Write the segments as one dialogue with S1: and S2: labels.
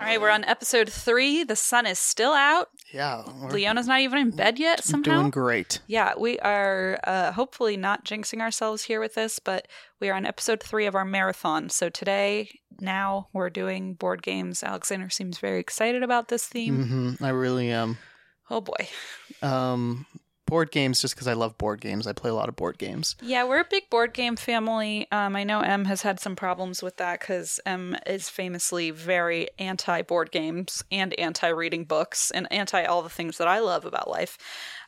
S1: All right, we're on episode three. The sun is still out.
S2: Yeah, we're
S1: Leona's not even in bed yet somehow.
S2: doing great.
S1: yeah, we are uh, hopefully not jinxing ourselves here with this, but we are on episode three of our marathon. So today, now we're doing board games. Alexander seems very excited about this theme.
S2: hmm I really am.
S1: Oh boy.
S2: Um, board games, just because I love board games. I play a lot of board games.
S1: Yeah, we're a big board game family. Um, I know Em has had some problems with that because Em is famously very anti board games and anti reading books and anti all the things that I love about life.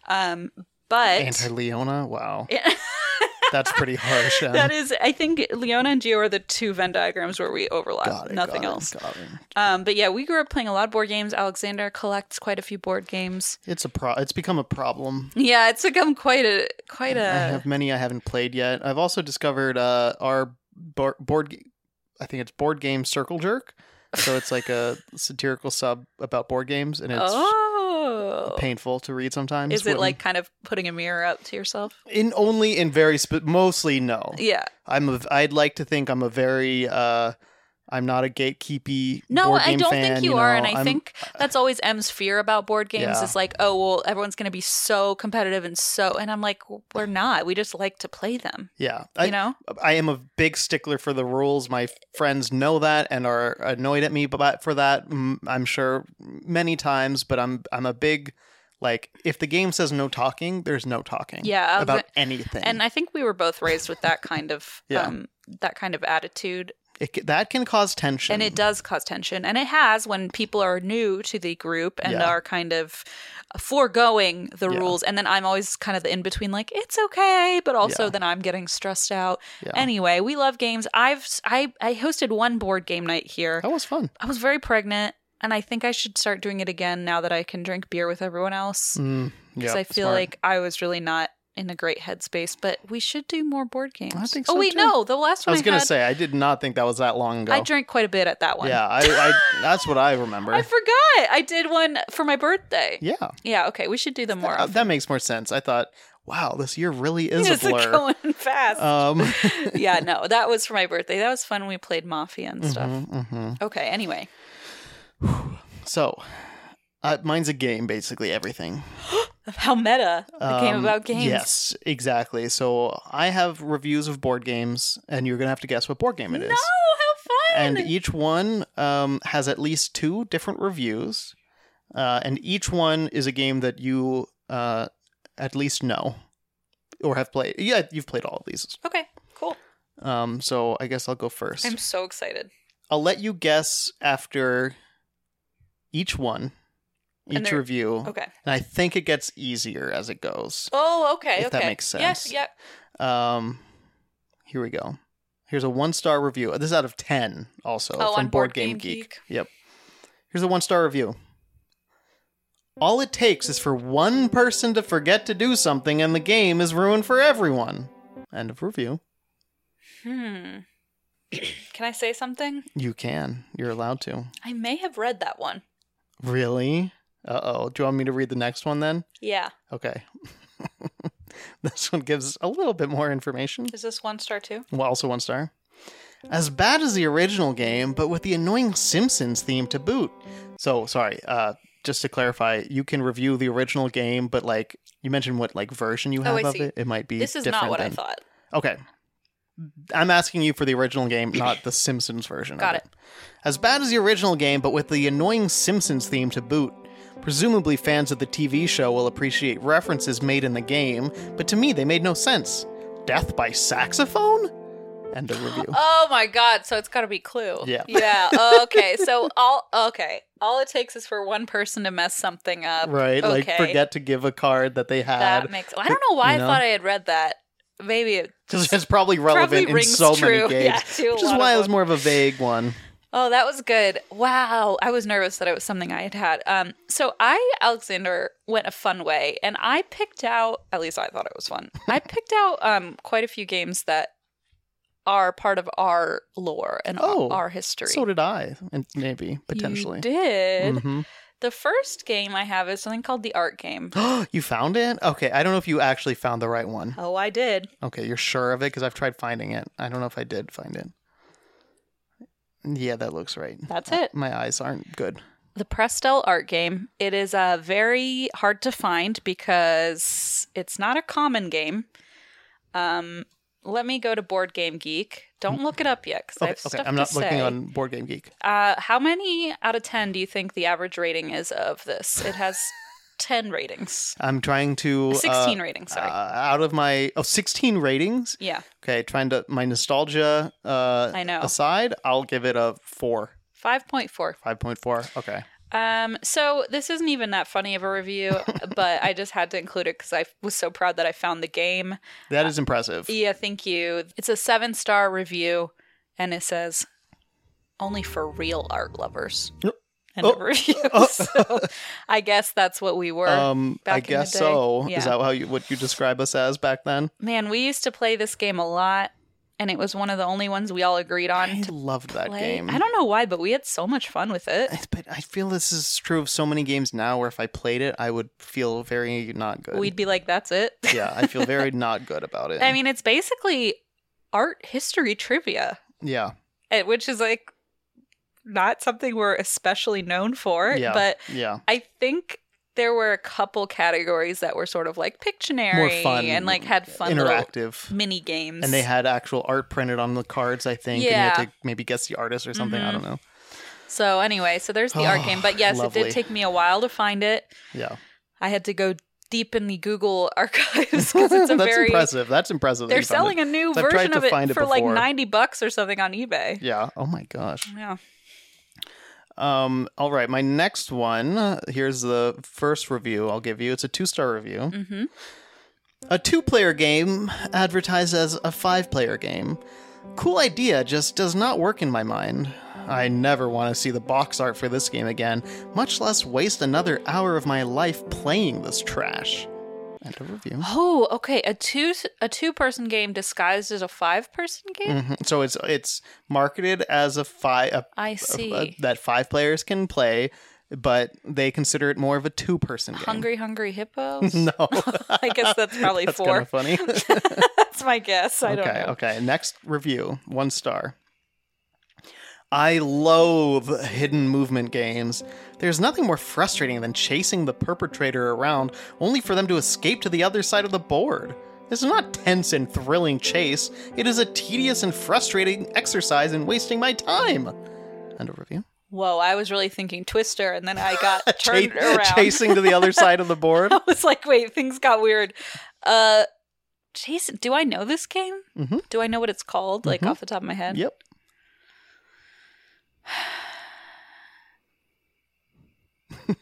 S1: Um, but
S2: Anti Leona, wow,
S1: Yeah.
S2: that's pretty harsh. Um,
S1: that is, I think Leona and Gio are the two Venn diagrams where we overlap.
S2: got it,
S1: Nothing
S2: got it,
S1: else.
S2: got it.
S1: Um, but yeah, we grew up playing a lot of board games. Alexander collects quite a few board games.
S2: It's a pro. It's become a problem.
S1: Yeah, it's become quite a quite
S2: I
S1: a
S2: have many I haven't played yet. I've also discovered uh, our board, board g- I think it's board game Circle Jerk. So it's like a satirical sub about board games, and it's
S1: oh.
S2: painful to read sometimes.
S1: Is it
S2: Wouldn't-
S1: like kind of putting a mirror up to yourself?
S2: in only in very sp- mostly no?
S1: Yeah.
S2: I'm a. I'd like to think I'm a very. uh I'm not a gatekeepy.
S1: No,
S2: board
S1: I
S2: game
S1: don't
S2: fan,
S1: think you,
S2: know,
S1: are, and I
S2: I'm-
S1: think that's always M's fear about board games
S2: Yeah.
S1: is like, oh well, everyone's going to be so competitive and so, and I'm like, we're not. We just like to play them,
S2: Yeah,
S1: you
S2: I,
S1: know.
S2: I am a big stickler for the rules. My friends know that and are annoyed at me, but for that, mm, I'm sure many times. But I'm I'm a big like if the game says no talking, there's no talking.
S1: Yeah, I
S2: about
S1: was-
S2: anything.
S1: And I think we were both raised with that kind of
S2: Yeah.
S1: um, that kind of attitude,
S2: It ca- that can cause tension.
S1: and it does cause tension, and it has when people are new to the group and
S2: Yeah.
S1: are kind of foregoing the
S2: Yeah.
S1: rules, and then I'm always kind of the in between, like it's okay, but also
S2: Yeah.
S1: then I'm getting stressed out.
S2: Yeah.
S1: Anyway, we love games. I've I I hosted one board game night here.
S2: That was fun.
S1: I was very pregnant, and I think I should start doing it again now that I can drink beer with everyone else.
S2: Mm,
S1: Because
S2: yeah,
S1: I feel
S2: smart.
S1: like I was really not in a great headspace, but we should do more board games.
S2: think
S1: oh
S2: so,
S1: wait,
S2: too.
S1: no, the last
S2: I
S1: one I,
S2: was gonna
S1: had,
S2: say I did not think that was that long ago.
S1: I drank quite a bit at that one.
S2: yeah, I, I that's what I remember.
S1: I forgot. I did one for my birthday. Yeah,
S2: yeah.
S1: okay, we should do them more
S2: Uh,
S1: often.
S2: that makes more sense. I thought, wow, this year really is
S1: It's
S2: a blur.
S1: going fast.
S2: Um,
S1: yeah, no, that was for my birthday. That was fun. We played Mafia and stuff.
S2: mhm.
S1: Okay, anyway.
S2: So, uh, mine's a game, basically everything.
S1: How meta. A game
S2: Um,
S1: about games.
S2: Yes, exactly. So I have reviews of board games, and you're gonna have to guess what board game it is.
S1: No, how fun.
S2: And each one um, has at least two different reviews, uh, and each one is a game that you uh, at least know or have played. Yeah, you've played all of these.
S1: okay, cool.
S2: Um, so I guess I'll go 1st
S1: I'm so excited.
S2: I'll let you guess after each one,
S1: And
S2: each
S1: they're-
S2: review.
S1: Okay.
S2: And I think it gets easier as it goes.
S1: Oh, okay.
S2: If
S1: okay.
S2: that makes
S1: Yes,
S2: sense.
S1: yep.
S2: Um, here we go. Here's a one star review. This is out of 10, also
S1: Oh,
S2: from
S1: on
S2: Board
S1: Board Game
S2: Game, Geek.
S1: Geek.
S2: Yep. Here's a one star review. All it takes is for one person to forget to do something, and the game is ruined for everyone. End of review.
S1: Hmm. Can I say something?
S2: You can. You're allowed to.
S1: I may have read that one.
S2: Really? Uh oh. Do you want me to read the next one then?
S1: Yeah.
S2: Okay. this one gives a little bit more information.
S1: Is this one star too?
S2: Well, also one star. As bad as the original game, but with the annoying Simpsons theme to boot. So, sorry, uh, just to clarify, you can review the original game, but like you mentioned what like version you
S1: Oh,
S2: have
S1: I
S2: of
S1: see.
S2: it. It might be
S1: This is
S2: different
S1: not what I
S2: than-
S1: thought.
S2: Okay. I'm asking you for the original game, not the Simpsons version.
S1: Got
S2: of it. As bad as the original game, but with the annoying Simpsons theme to boot. Presumably, fans of the TV show will appreciate references made in the game, but to me, they made no sense. Death by saxophone? End of review.
S1: Oh my god, so it's got to be Clue.
S2: Yeah.
S1: Yeah. Okay. So all okay, all it takes is for one person to mess something up.
S2: right?
S1: Okay.
S2: Like, forget to give a card that they had.
S1: that makes. I don't know why
S2: you know?
S1: I thought I had read that. maybe it
S2: Because it's probably relevant in
S1: rings
S2: so
S1: true,
S2: many games.
S1: yeah, to a
S2: which is
S1: lot
S2: why
S1: of
S2: it was
S1: them.
S2: more of a vague one.
S1: Oh, that was good. Wow. I was nervous that it was something I had had. Um, so I, Alexander, went a fun way and I picked out, at least I thought it was fun. I picked out um, quite a few games that are part of our lore and
S2: Oh,
S1: our, our history.
S2: So did I, and maybe,
S1: You
S2: potentially.
S1: did.
S2: Mhm.
S1: The first game I have is something called the art game.
S2: you found it? Okay, I don't know if you actually found the right one.
S1: oh, I did.
S2: Okay, you're sure of it? Because I've tried finding it. I don't know if I did find it. Yeah, that looks right.
S1: That's
S2: Uh,
S1: it.
S2: My eyes aren't good.
S1: the Prestel art game. It is uh, very hard to find because it's not a common game. Um, let me go to Board Game Geek. Don't look it up yet because I
S2: Okay,
S1: have
S2: okay.
S1: stuff
S2: I'm not
S1: to
S2: looking
S1: say.
S2: on Board Game Geek.
S1: Uh, how many out of ten do you think the average rating is of this? It has ten ratings,
S2: I'm trying to. uh,
S1: sixteen ratings. Sorry.
S2: Uh, out of my oh, 16 ratings.
S1: yeah,
S2: Okay, trying to my nostalgia uh,
S1: I know.
S2: aside, I'll give it a four,
S1: five point four.
S2: five point four. Okay,
S1: Um, so this isn't even that funny of a review, but I just had to include it because I was so proud that I found the game.
S2: that is impressive.
S1: Yeah, thank you. It's a seven star review, and it says only for real art lovers.
S2: Yep.
S1: And
S2: Oh.
S1: a review. So I guess that's what we were.
S2: Um,
S1: back
S2: I
S1: in the
S2: guess
S1: day.
S2: so.
S1: Yeah.
S2: Is that how you what you describe us as back then?
S1: Man, we used to play this game a lot, and it was one of the only ones we all agreed on
S2: I
S1: to
S2: loved that
S1: play.
S2: game.
S1: I don't know why, but we had so much fun with it.
S2: But I feel this is true of so many games now. Where if I played it, I would feel very not good.
S1: We'd be like, "That's it."
S2: yeah, I feel very not good about it.
S1: I mean, it's basically art history trivia,
S2: yeah,
S1: eh, which is like not something we're especially known for,
S2: yeah,
S1: but
S2: yeah.
S1: I think there were a couple categories that were sort of like Pictionary
S2: More fun
S1: and like had fun little
S2: interactive.
S1: mini games.
S2: and they had actual art printed on the cards, I think. And you had
S1: Yeah.
S2: to maybe guess the artist or something. I
S1: Mhm.
S2: don't know.
S1: so anyway, so there's the art
S2: Oh,
S1: game, but yes, it
S2: lovely.
S1: did take me a while to find it.
S2: Yeah,
S1: I had to go deep in the Google archives because it's a
S2: that's
S1: very
S2: impressive. That's impressive. that
S1: they're
S2: you found
S1: selling
S2: it.
S1: a new
S2: 'Cause I've tried
S1: version
S2: to
S1: of it
S2: find it
S1: for like
S2: before.
S1: 90 bucks or something on eBay.
S2: Yeah. Oh my gosh.
S1: Yeah.
S2: Um. All right. My next one. uh, Here's the first review I'll give you. It's a two star review.
S1: Mhm.
S2: A two player game advertised as a five player game. Cool idea, just does not work in my mind. I never want to see the box art for this game again, much less waste another hour of my life playing this trash. End of review.
S1: Oh, okay. A two a two person game disguised as a five person game.
S2: Mhm. So it's it's marketed as a five a,
S1: I
S2: a-
S1: see.
S2: that five players can play, but they consider it more of a two person game.
S1: Hungry, hungry hippos.
S2: No,
S1: I guess that's probably
S2: that's
S1: four.
S2: kind of funny.
S1: That's my guess. I
S2: okay,
S1: don't know.
S2: okay. Next review, one star. I loathe hidden movement games. There's nothing more frustrating than chasing the perpetrator around only for them to escape to the other side of the board. This is not tense and thrilling chase. It is a tedious and frustrating exercise in wasting my time. End of review.
S1: Whoa, I was really thinking Twister, and then I got turned
S2: Cha-
S1: around.
S2: Chasing to the other side of the board.
S1: I was like, wait, things got weird. Uh, Jason, do I know this game?
S2: Mhm.
S1: Do I know what it's called, like
S2: Mhm.
S1: off the top of my head?
S2: Yep.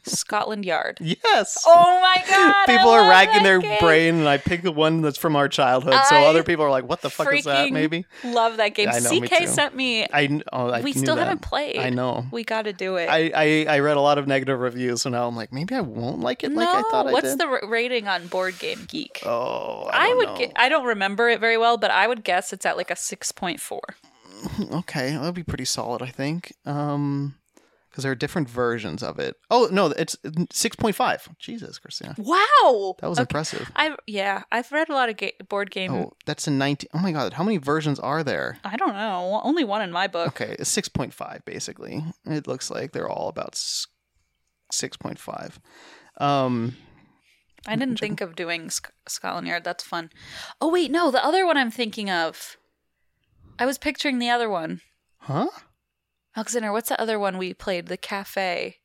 S1: Scotland Yard.
S2: Yes.
S1: Oh my god!
S2: people
S1: I
S2: are
S1: love that
S2: racking their
S1: game.
S2: brain and i pick the one that's from our childhood so
S1: I
S2: other people are like what the fuck is that
S1: freaking
S2: maybe
S1: Love that game.
S2: Yeah, I know, me
S1: CK
S2: too.
S1: sent me.
S2: i, kn- oh, I
S1: we
S2: knew
S1: still
S2: that.
S1: haven't played.
S2: i know
S1: We got to do it.
S2: I, I i read a lot of negative reviews so now i'm like maybe i won't like it
S1: no,
S2: like i thought i
S1: what's
S2: did
S1: the ra- rating on Board Game Geek?
S2: oh i,
S1: I,
S2: don't
S1: would.
S2: know.
S1: Gu- I don't remember it very well, but I would guess it's at like a six point four.
S2: Hmm, okay that'll be pretty solid i think um because there are different versions of it oh no it's 6.5 jesus christina
S1: Wow,
S2: that was
S1: Okay. Hmm.
S2: impressive
S1: I yeah, I've read a lot of ga- board game.
S2: oh that's a 19 oh my god how many versions are there
S1: I don't know, only one in my book.
S2: Okay, it's 6.5 basically. It looks like they're all about s- 6.5. Um
S1: I didn't think of doing Sc- Scotland Yard. That's fun. Oh wait, no, the other one I'm thinking of. I was picturing the other one,
S2: huh?
S1: Alexander. What's the other one we played? The cafe.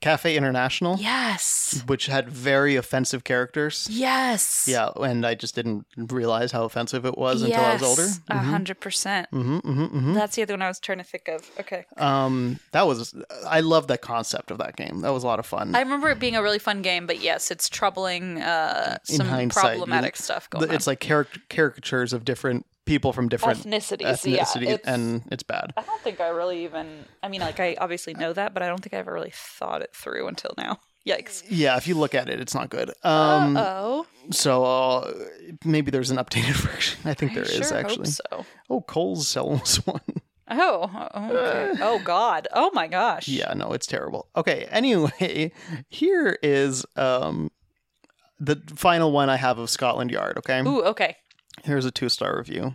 S2: Cafe International,
S1: Yes.
S2: which had very offensive characters.
S1: Yes.
S2: Yeah, and I just didn't realize how offensive it was until I was older. Mm-hmm.
S1: Yes, A hundred percent.
S2: hmm hmm hmm
S1: That's the other one I was trying to think of. Okay.
S2: Um, that was I love that concept of that game. That was a lot of fun.
S1: I remember it being a really fun game, but yes, it's troubling uh,
S2: In
S1: some
S2: hindsight, you
S1: problematic stuff going
S2: it's
S1: on.
S2: like caric- caricatures of different people from different
S1: ethnicities, yeah.
S2: ethnicities,
S1: It's-
S2: and it's bad.
S1: I don't think I really even. I mean, like I obviously know that, but I don't think I ever really thought it through until now. Yikes.
S2: Yeah, if you look at it, it's not good. Um,
S1: oh,
S2: so uh, maybe there's an updated version. I think there is
S1: sure
S2: actually.
S1: Hope so.
S2: Oh, Cole's sells one.
S1: Oh, oh, okay. oh God. Oh my gosh.
S2: yeah, no, it's terrible. Okay, anyway, here is um the final one I have of Scotland Yard. Okay,
S1: Ooh. Okay.
S2: here's a two star review.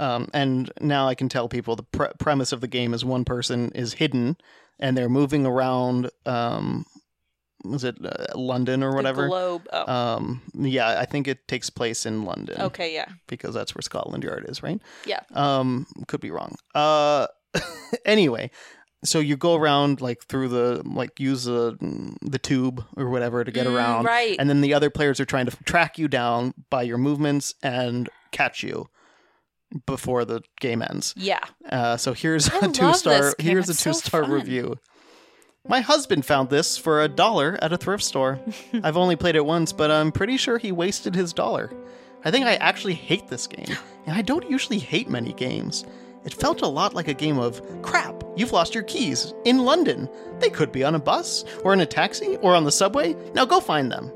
S2: Um, and now I can tell people the pre- premise of the game is one person is hidden and they're moving around. Um, was it uh, London or
S1: The
S2: whatever?
S1: globe. Oh.
S2: Um, yeah, I think it takes place in London
S1: okay. Yeah.
S2: because that's where Scotland Yard is, right?
S1: Yeah.
S2: Um, could be wrong. Uh, anyway, so you go around like through the like use the the tube or whatever to get
S1: Mm,
S2: around,
S1: right.
S2: And then the other players are trying to track you down by your movements and catch you before the game ends.
S1: Yeah.
S2: Uh, so here's
S1: I
S2: a
S1: love
S2: two star.
S1: this game.
S2: Here's a
S1: It's so
S2: two star
S1: fun.
S2: review. My husband found this for a dollar at a thrift store. I've only played it once, but I'm pretty sure he wasted his dollar. I think I actually hate this game, and I don't usually hate many games. It felt a lot like a game of crap, you've lost your keys in London. They could be on a bus, or in a taxi, or on the subway. Now go find them.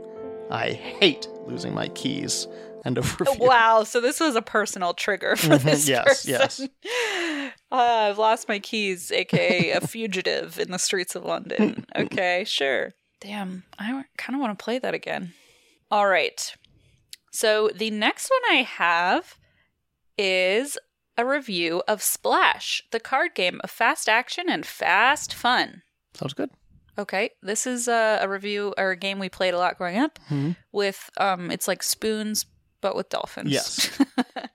S2: I hate losing my keys. End of review.
S1: Uh, Wow. So this was a personal trigger for this
S2: Mm-hmm, yes,
S1: person.
S2: yes.
S1: Uh, I've lost my keys, aka a fugitive in the streets of London. Okay, sure. Damn, I kind of want to play that again. All right. So the next one I have is a review of Splash, the card game of fast action and fast fun.
S2: Sounds good.
S1: Okay, this is a, a review or a game we played a lot growing up.
S2: Mhm.
S1: With um, it's like spoons but with dolphins.
S2: Yes.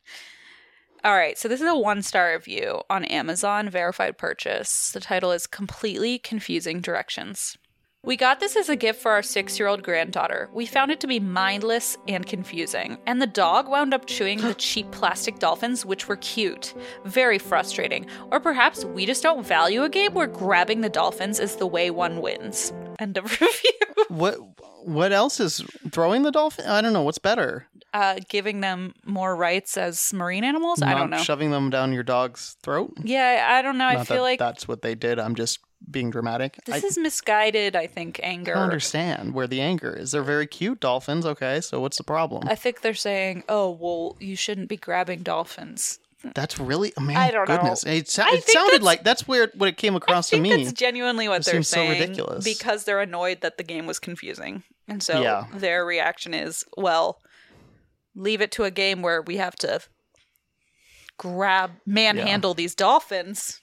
S1: All right, so this is a one star review on Amazon verified purchase. The title is Completely Confusing Directions. We got this as a gift for our six year old granddaughter. We found it to be mindless and confusing, and the dog wound up chewing the cheap plastic dolphins, which were cute. Very frustrating. Or perhaps we just don't value a game where grabbing the dolphins is the way one wins. End of review.
S2: What what else is throwing the dolphin? I don't know what's better.
S1: Uh, giving them more rights as marine animals? I
S2: Not
S1: don't know.
S2: Shoving them down your dog's throat.
S1: Yeah, I don't know. I
S2: Not
S1: feel
S2: that
S1: like
S2: that's what they did. I'm just being dramatic. I
S1: This is misguided, I think, anger.
S2: don't understand where the anger is. They're very cute dolphins. Okay, so what's the problem?
S1: I think they're saying, "Oh, well, you shouldn't be grabbing dolphins."
S2: that's really oh, man.
S1: I don't know.
S2: goodness. It, so-
S1: I
S2: it
S1: think
S2: sounded
S1: that's-
S2: like that's where it- what it came
S1: I
S2: across to
S1: think
S2: me.
S1: that's genuinely what
S2: It
S1: they're
S2: seems so
S1: saying
S2: ridiculous.
S1: because they're annoyed that the game was confusing, and so
S2: Yeah.
S1: their reaction is, "Well, leave it to a game where we have to grab, manhandle these dolphins."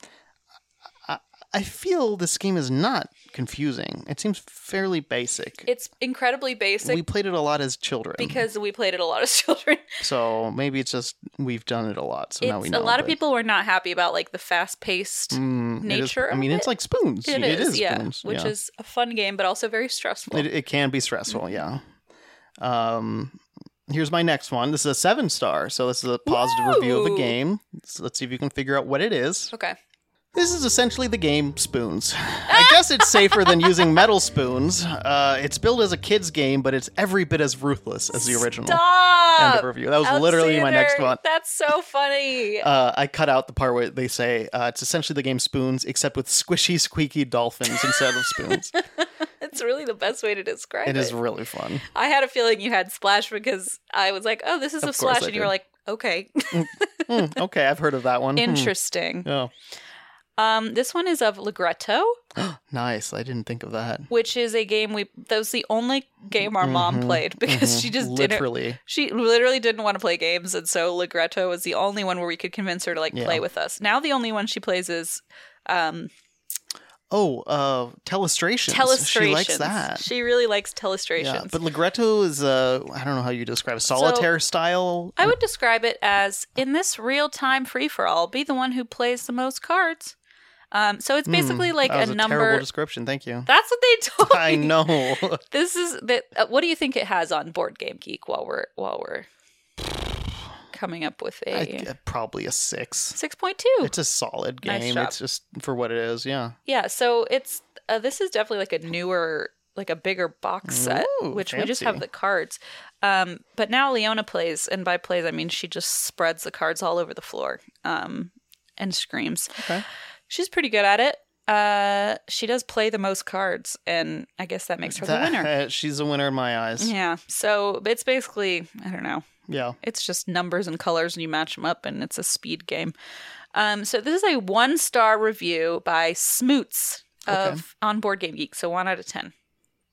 S2: I feel this game is not confusing. It seems fairly basic.
S1: It's incredibly basic
S2: we played it a lot as children,
S1: because we played it a lot as children.
S2: so maybe it's just we've done it a lot. So now we
S1: It's-
S2: know.
S1: a lot of
S2: but-
S1: people were not happy about like the fast-paced
S2: Mm, it is-
S1: nature
S2: I
S1: of
S2: mean,
S1: it.
S2: it's like spoons.
S1: It is, yeah,
S2: spoons.
S1: which
S2: yeah.
S1: is Mm-hmm. a fun game, but also very stressful.
S2: It, it can be stressful, yeah. Um, here's my next one. This is a seven star, so this is a positive review of a
S1: Woo!
S2: game. So let's see if you can figure out what it is.
S1: Okay.
S2: This is essentially the game Spoons. I guess it's safer than using metal spoons. Uh, it's billed as a kids game, but it's every bit as ruthless as the original.
S1: Stop!
S2: End of review. That was literally my next
S1: Alexander,
S2: one.
S1: That's so funny.
S2: Uh, I cut out the part where they say uh, it's essentially the game Spoons, except with squishy, squeaky dolphins instead of spoons.
S1: it's really the best way to describe it.
S2: It is really fun.
S1: I had a feeling you had Splash because I was like, oh, this is
S2: Of
S1: a
S2: course
S1: Splash.
S2: I
S1: And you were
S2: did.
S1: like, okay,
S2: Hmm, okay, I've heard of that one. Hmm.
S1: interesting.
S2: Oh,
S1: Um, this one is of Ligretto,
S2: nice. I didn't think of that.
S1: which is a game we, that was the only game our mom
S2: Mhm,
S1: played because
S2: Mhm.
S1: she just didn't
S2: literally.
S1: She literally didn't want to play games, and so Ligretto was the only one where we could convince her to like
S2: Yeah.
S1: play with us. Now the only one she plays is um,
S2: Oh, uh, telestrations.
S1: Telestrations.
S2: She likes that.
S1: She really likes Telestrations.
S2: yeah, but Ligretto is uh, I don't know how you describe it. Solitaire style.
S1: I would describe it as in this real time free for all, be the one who plays the most cards. Um, so it's basically like
S2: Hmm, that was
S1: a
S2: a
S1: number.
S2: terrible description. Thank you.
S1: That's what they told
S2: I
S1: me.
S2: know.
S1: This is that. Uh, what do you think it has on Board Game Geek while we're while we're coming up with
S2: I-
S1: a
S2: uh, probably a six.
S1: six point two?
S2: It's a solid
S1: Nice
S2: game.
S1: job.
S2: it's just for what it is. Yeah.
S1: Yeah, so it's uh, this is definitely like a newer, like a bigger box set,
S2: Ooh,
S1: which we just have
S2: fancy.
S1: the cards. Um, but now Leona plays, and by plays I mean she just spreads the cards all over the floor, um, and screams.
S2: Okay.
S1: She's pretty good at it. Uh, she does play the most cards, and I guess that makes her the winner.
S2: That- she's a winner in my eyes.
S1: Yeah. So it's basically I don't know.
S2: Yeah.
S1: It's just numbers and colors, and you match them up, and it's a speed game. Um, so this is a one star review by Smoots of
S2: Okay.
S1: on Board Game Geek. So one out of ten.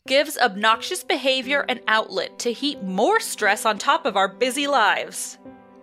S1: Gives obnoxious behavior an outlet to heap more stress on top of our busy lives.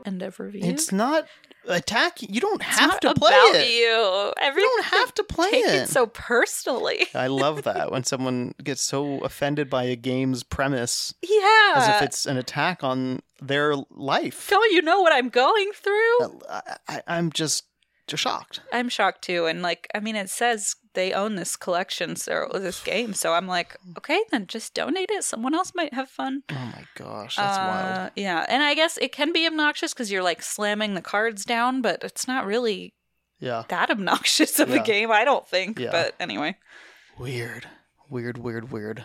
S1: End of review.
S2: It's not attack. You don't
S1: It's
S2: have
S1: not
S2: to play
S1: about
S2: it.
S1: you. Everyone
S2: You don't have to play
S1: take
S2: it.
S1: it so personally.
S2: I love that when someone gets so offended by a game's premise
S1: Yeah.
S2: as if it's an attack on their life.
S1: don't you know what I'm going through?
S2: I, I, I'm just just shocked.
S1: I'm shocked too. And like, I mean, it says they own this collection, so or this game. So I'm like, okay, then just donate it. Someone else might have fun.
S2: Oh my gosh, that's wild.
S1: Uh, Yeah, and I guess it can be obnoxious because you're like slamming the cards down, but it's not really
S2: Yeah,
S1: that obnoxious of
S2: Yeah.
S1: a game, I don't think.
S2: Yeah.
S1: But anyway,
S2: weird, weird, weird, weird.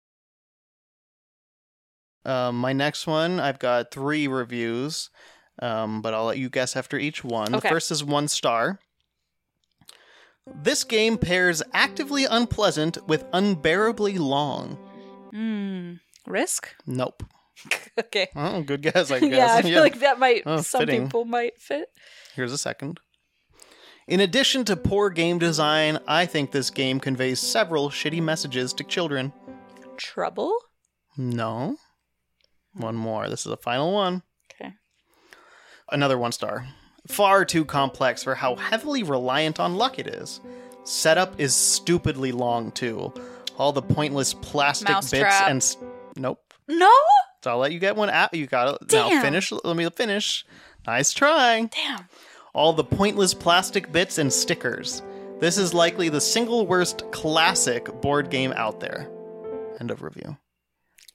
S2: Um, my next one, I've got three reviews, um, but I'll let you guess after each one. The
S1: Okay.
S2: first is one star. This game pairs actively unpleasant with unbearably long.
S1: mm, risk.
S2: Nope.
S1: okay.
S2: Oh, good guess, I guess.
S1: yeah, I feel
S2: Yeah.
S1: like that might
S2: Oh,
S1: some
S2: fitting.
S1: people might fit.
S2: Here's a second. In addition to poor game design, I think this game conveys several shitty messages to children.
S1: Trouble.
S2: No. One more. This is the final one.
S1: Okay.
S2: Another one star. Far too complex for how heavily reliant on luck it is. Setup is stupidly long, too. All the pointless plastic bits
S1: Mousetrap.
S2: and. s nope.
S1: No.
S2: So I'll let you get one out. You got it. Now
S1: Damn.
S2: finish. Let me finish. Nice try
S1: Damn.
S2: all the pointless plastic bits and stickers. This is likely the single worst classic board game out there. End of review.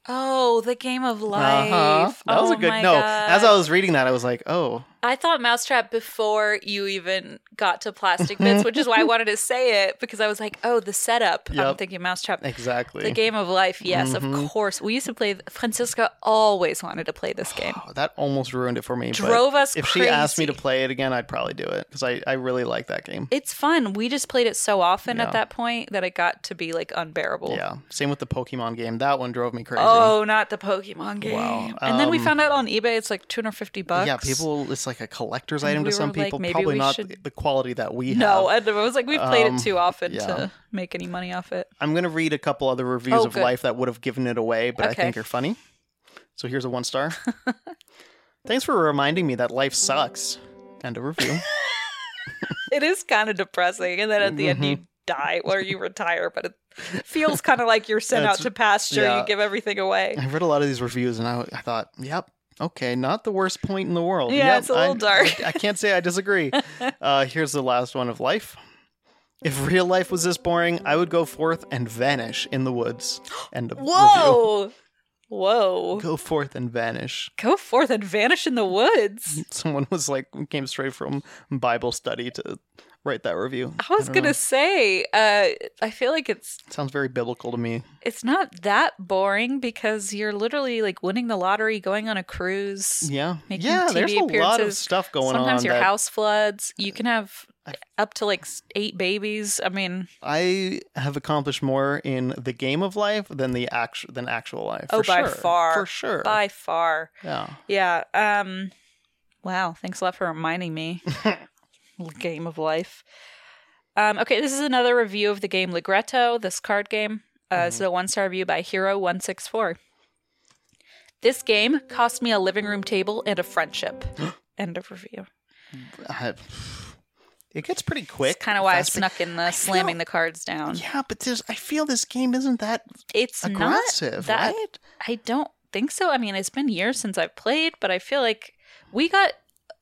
S1: Oh, the game of life.
S2: Uh-huh. That was
S1: Oh
S2: a good
S1: my
S2: no.
S1: God.
S2: As I was reading that, I was like, oh,
S1: I thought mousetrap before you even got to plastic bits, which is why I wanted to say it because I was like, oh, the setup. I'm
S2: Yep.
S1: thinking mousetrap.
S2: exactly.
S1: The game of life, yes,
S2: Mhm.
S1: of course. We used to play. Francisca always wanted to play this game.
S2: Oh, that almost ruined it for me. but
S1: Drove us
S2: if she asked me to
S1: crazy.
S2: play it again, I'd probably do it because I, I really like that game.
S1: It's fun. We just played it so often
S2: Yeah.
S1: at that point that it got to be like unbearable.
S2: Yeah. Same with the Pokemon game. That one drove me crazy.
S1: Oh, not the Pokemon game!
S2: Wow.
S1: And then we
S2: Um,
S1: found out on eBay it's like two hundred fifty bucks.
S2: Yeah, people. It's like a collector's
S1: And
S2: item
S1: we
S2: to some
S1: were like,
S2: people.
S1: maybe
S2: Probably
S1: we
S2: not
S1: should-
S2: the quality that we have.
S1: No, and I was like, we've played
S2: Um,
S1: it too often
S2: yeah.
S1: to make any money off it.
S2: I'm going to read a couple other reviews
S1: Oh,
S2: of
S1: good.
S2: life that would have given it away, but I
S1: Okay.
S2: think are funny. So here's a one star. Thanks for reminding me that life sucks. End of review.
S1: it is kind of depressing and then at the end
S2: Mm-hmm.
S1: you die or you retire but it feels kind of like you're sent out
S2: That's-
S1: to pasture
S2: yeah.
S1: you give everything away
S2: I've read a lot of these reviews and I, I thought, yep, okay, not the worst point in the world.
S1: Yeah,
S2: Yep,
S1: it's a little
S2: I-
S1: dark.
S2: I, I can't say I disagree. uh, here's the last one of life. If real life was this boring, I would go forth and vanish in the woods. End of review.
S1: whoa whoa go-,
S2: Go forth and vanish.
S1: forth and vanish in the woods
S2: Someone was like, came straight from Bible study to write that review.
S1: i was
S2: don't
S1: gonna
S2: know.
S1: say uh i feel like it's
S2: Sounds very biblical to me.
S1: it's not that boring because you're literally like winning the lottery going on a cruise
S2: Yeah.
S1: Making
S2: yeah, there's a
S1: TV
S2: lot of
S1: appearances.
S2: stuff going on.
S1: sometimes your
S2: that
S1: house floods you can have
S2: I've-
S1: up to like s- eight babies i mean
S2: I have accomplished more in the game of life than the actual than actual life.
S1: Oh,
S2: for
S1: by
S2: sure.
S1: far.
S2: For sure.
S1: by far
S2: Yeah.
S1: Yeah. Um. Wow. Thanks a lot for reminding me. Game of life. Um, okay, this is another review of the game Ligretto, this card game. Uh, It's
S2: Mm-hmm.
S1: a one star review by Hero164. This game cost me a living room table and a friendship. End of review.
S2: Uh, it gets pretty
S1: It's
S2: quick.
S1: kind of why I
S2: fast-
S1: snuck in the slamming the cards down.
S2: Yeah, but there's, I feel this game isn't that
S1: It's not
S2: aggressive,
S1: that.
S2: right?
S1: I don't think so. I mean, it's been years since I've played, but I feel like we got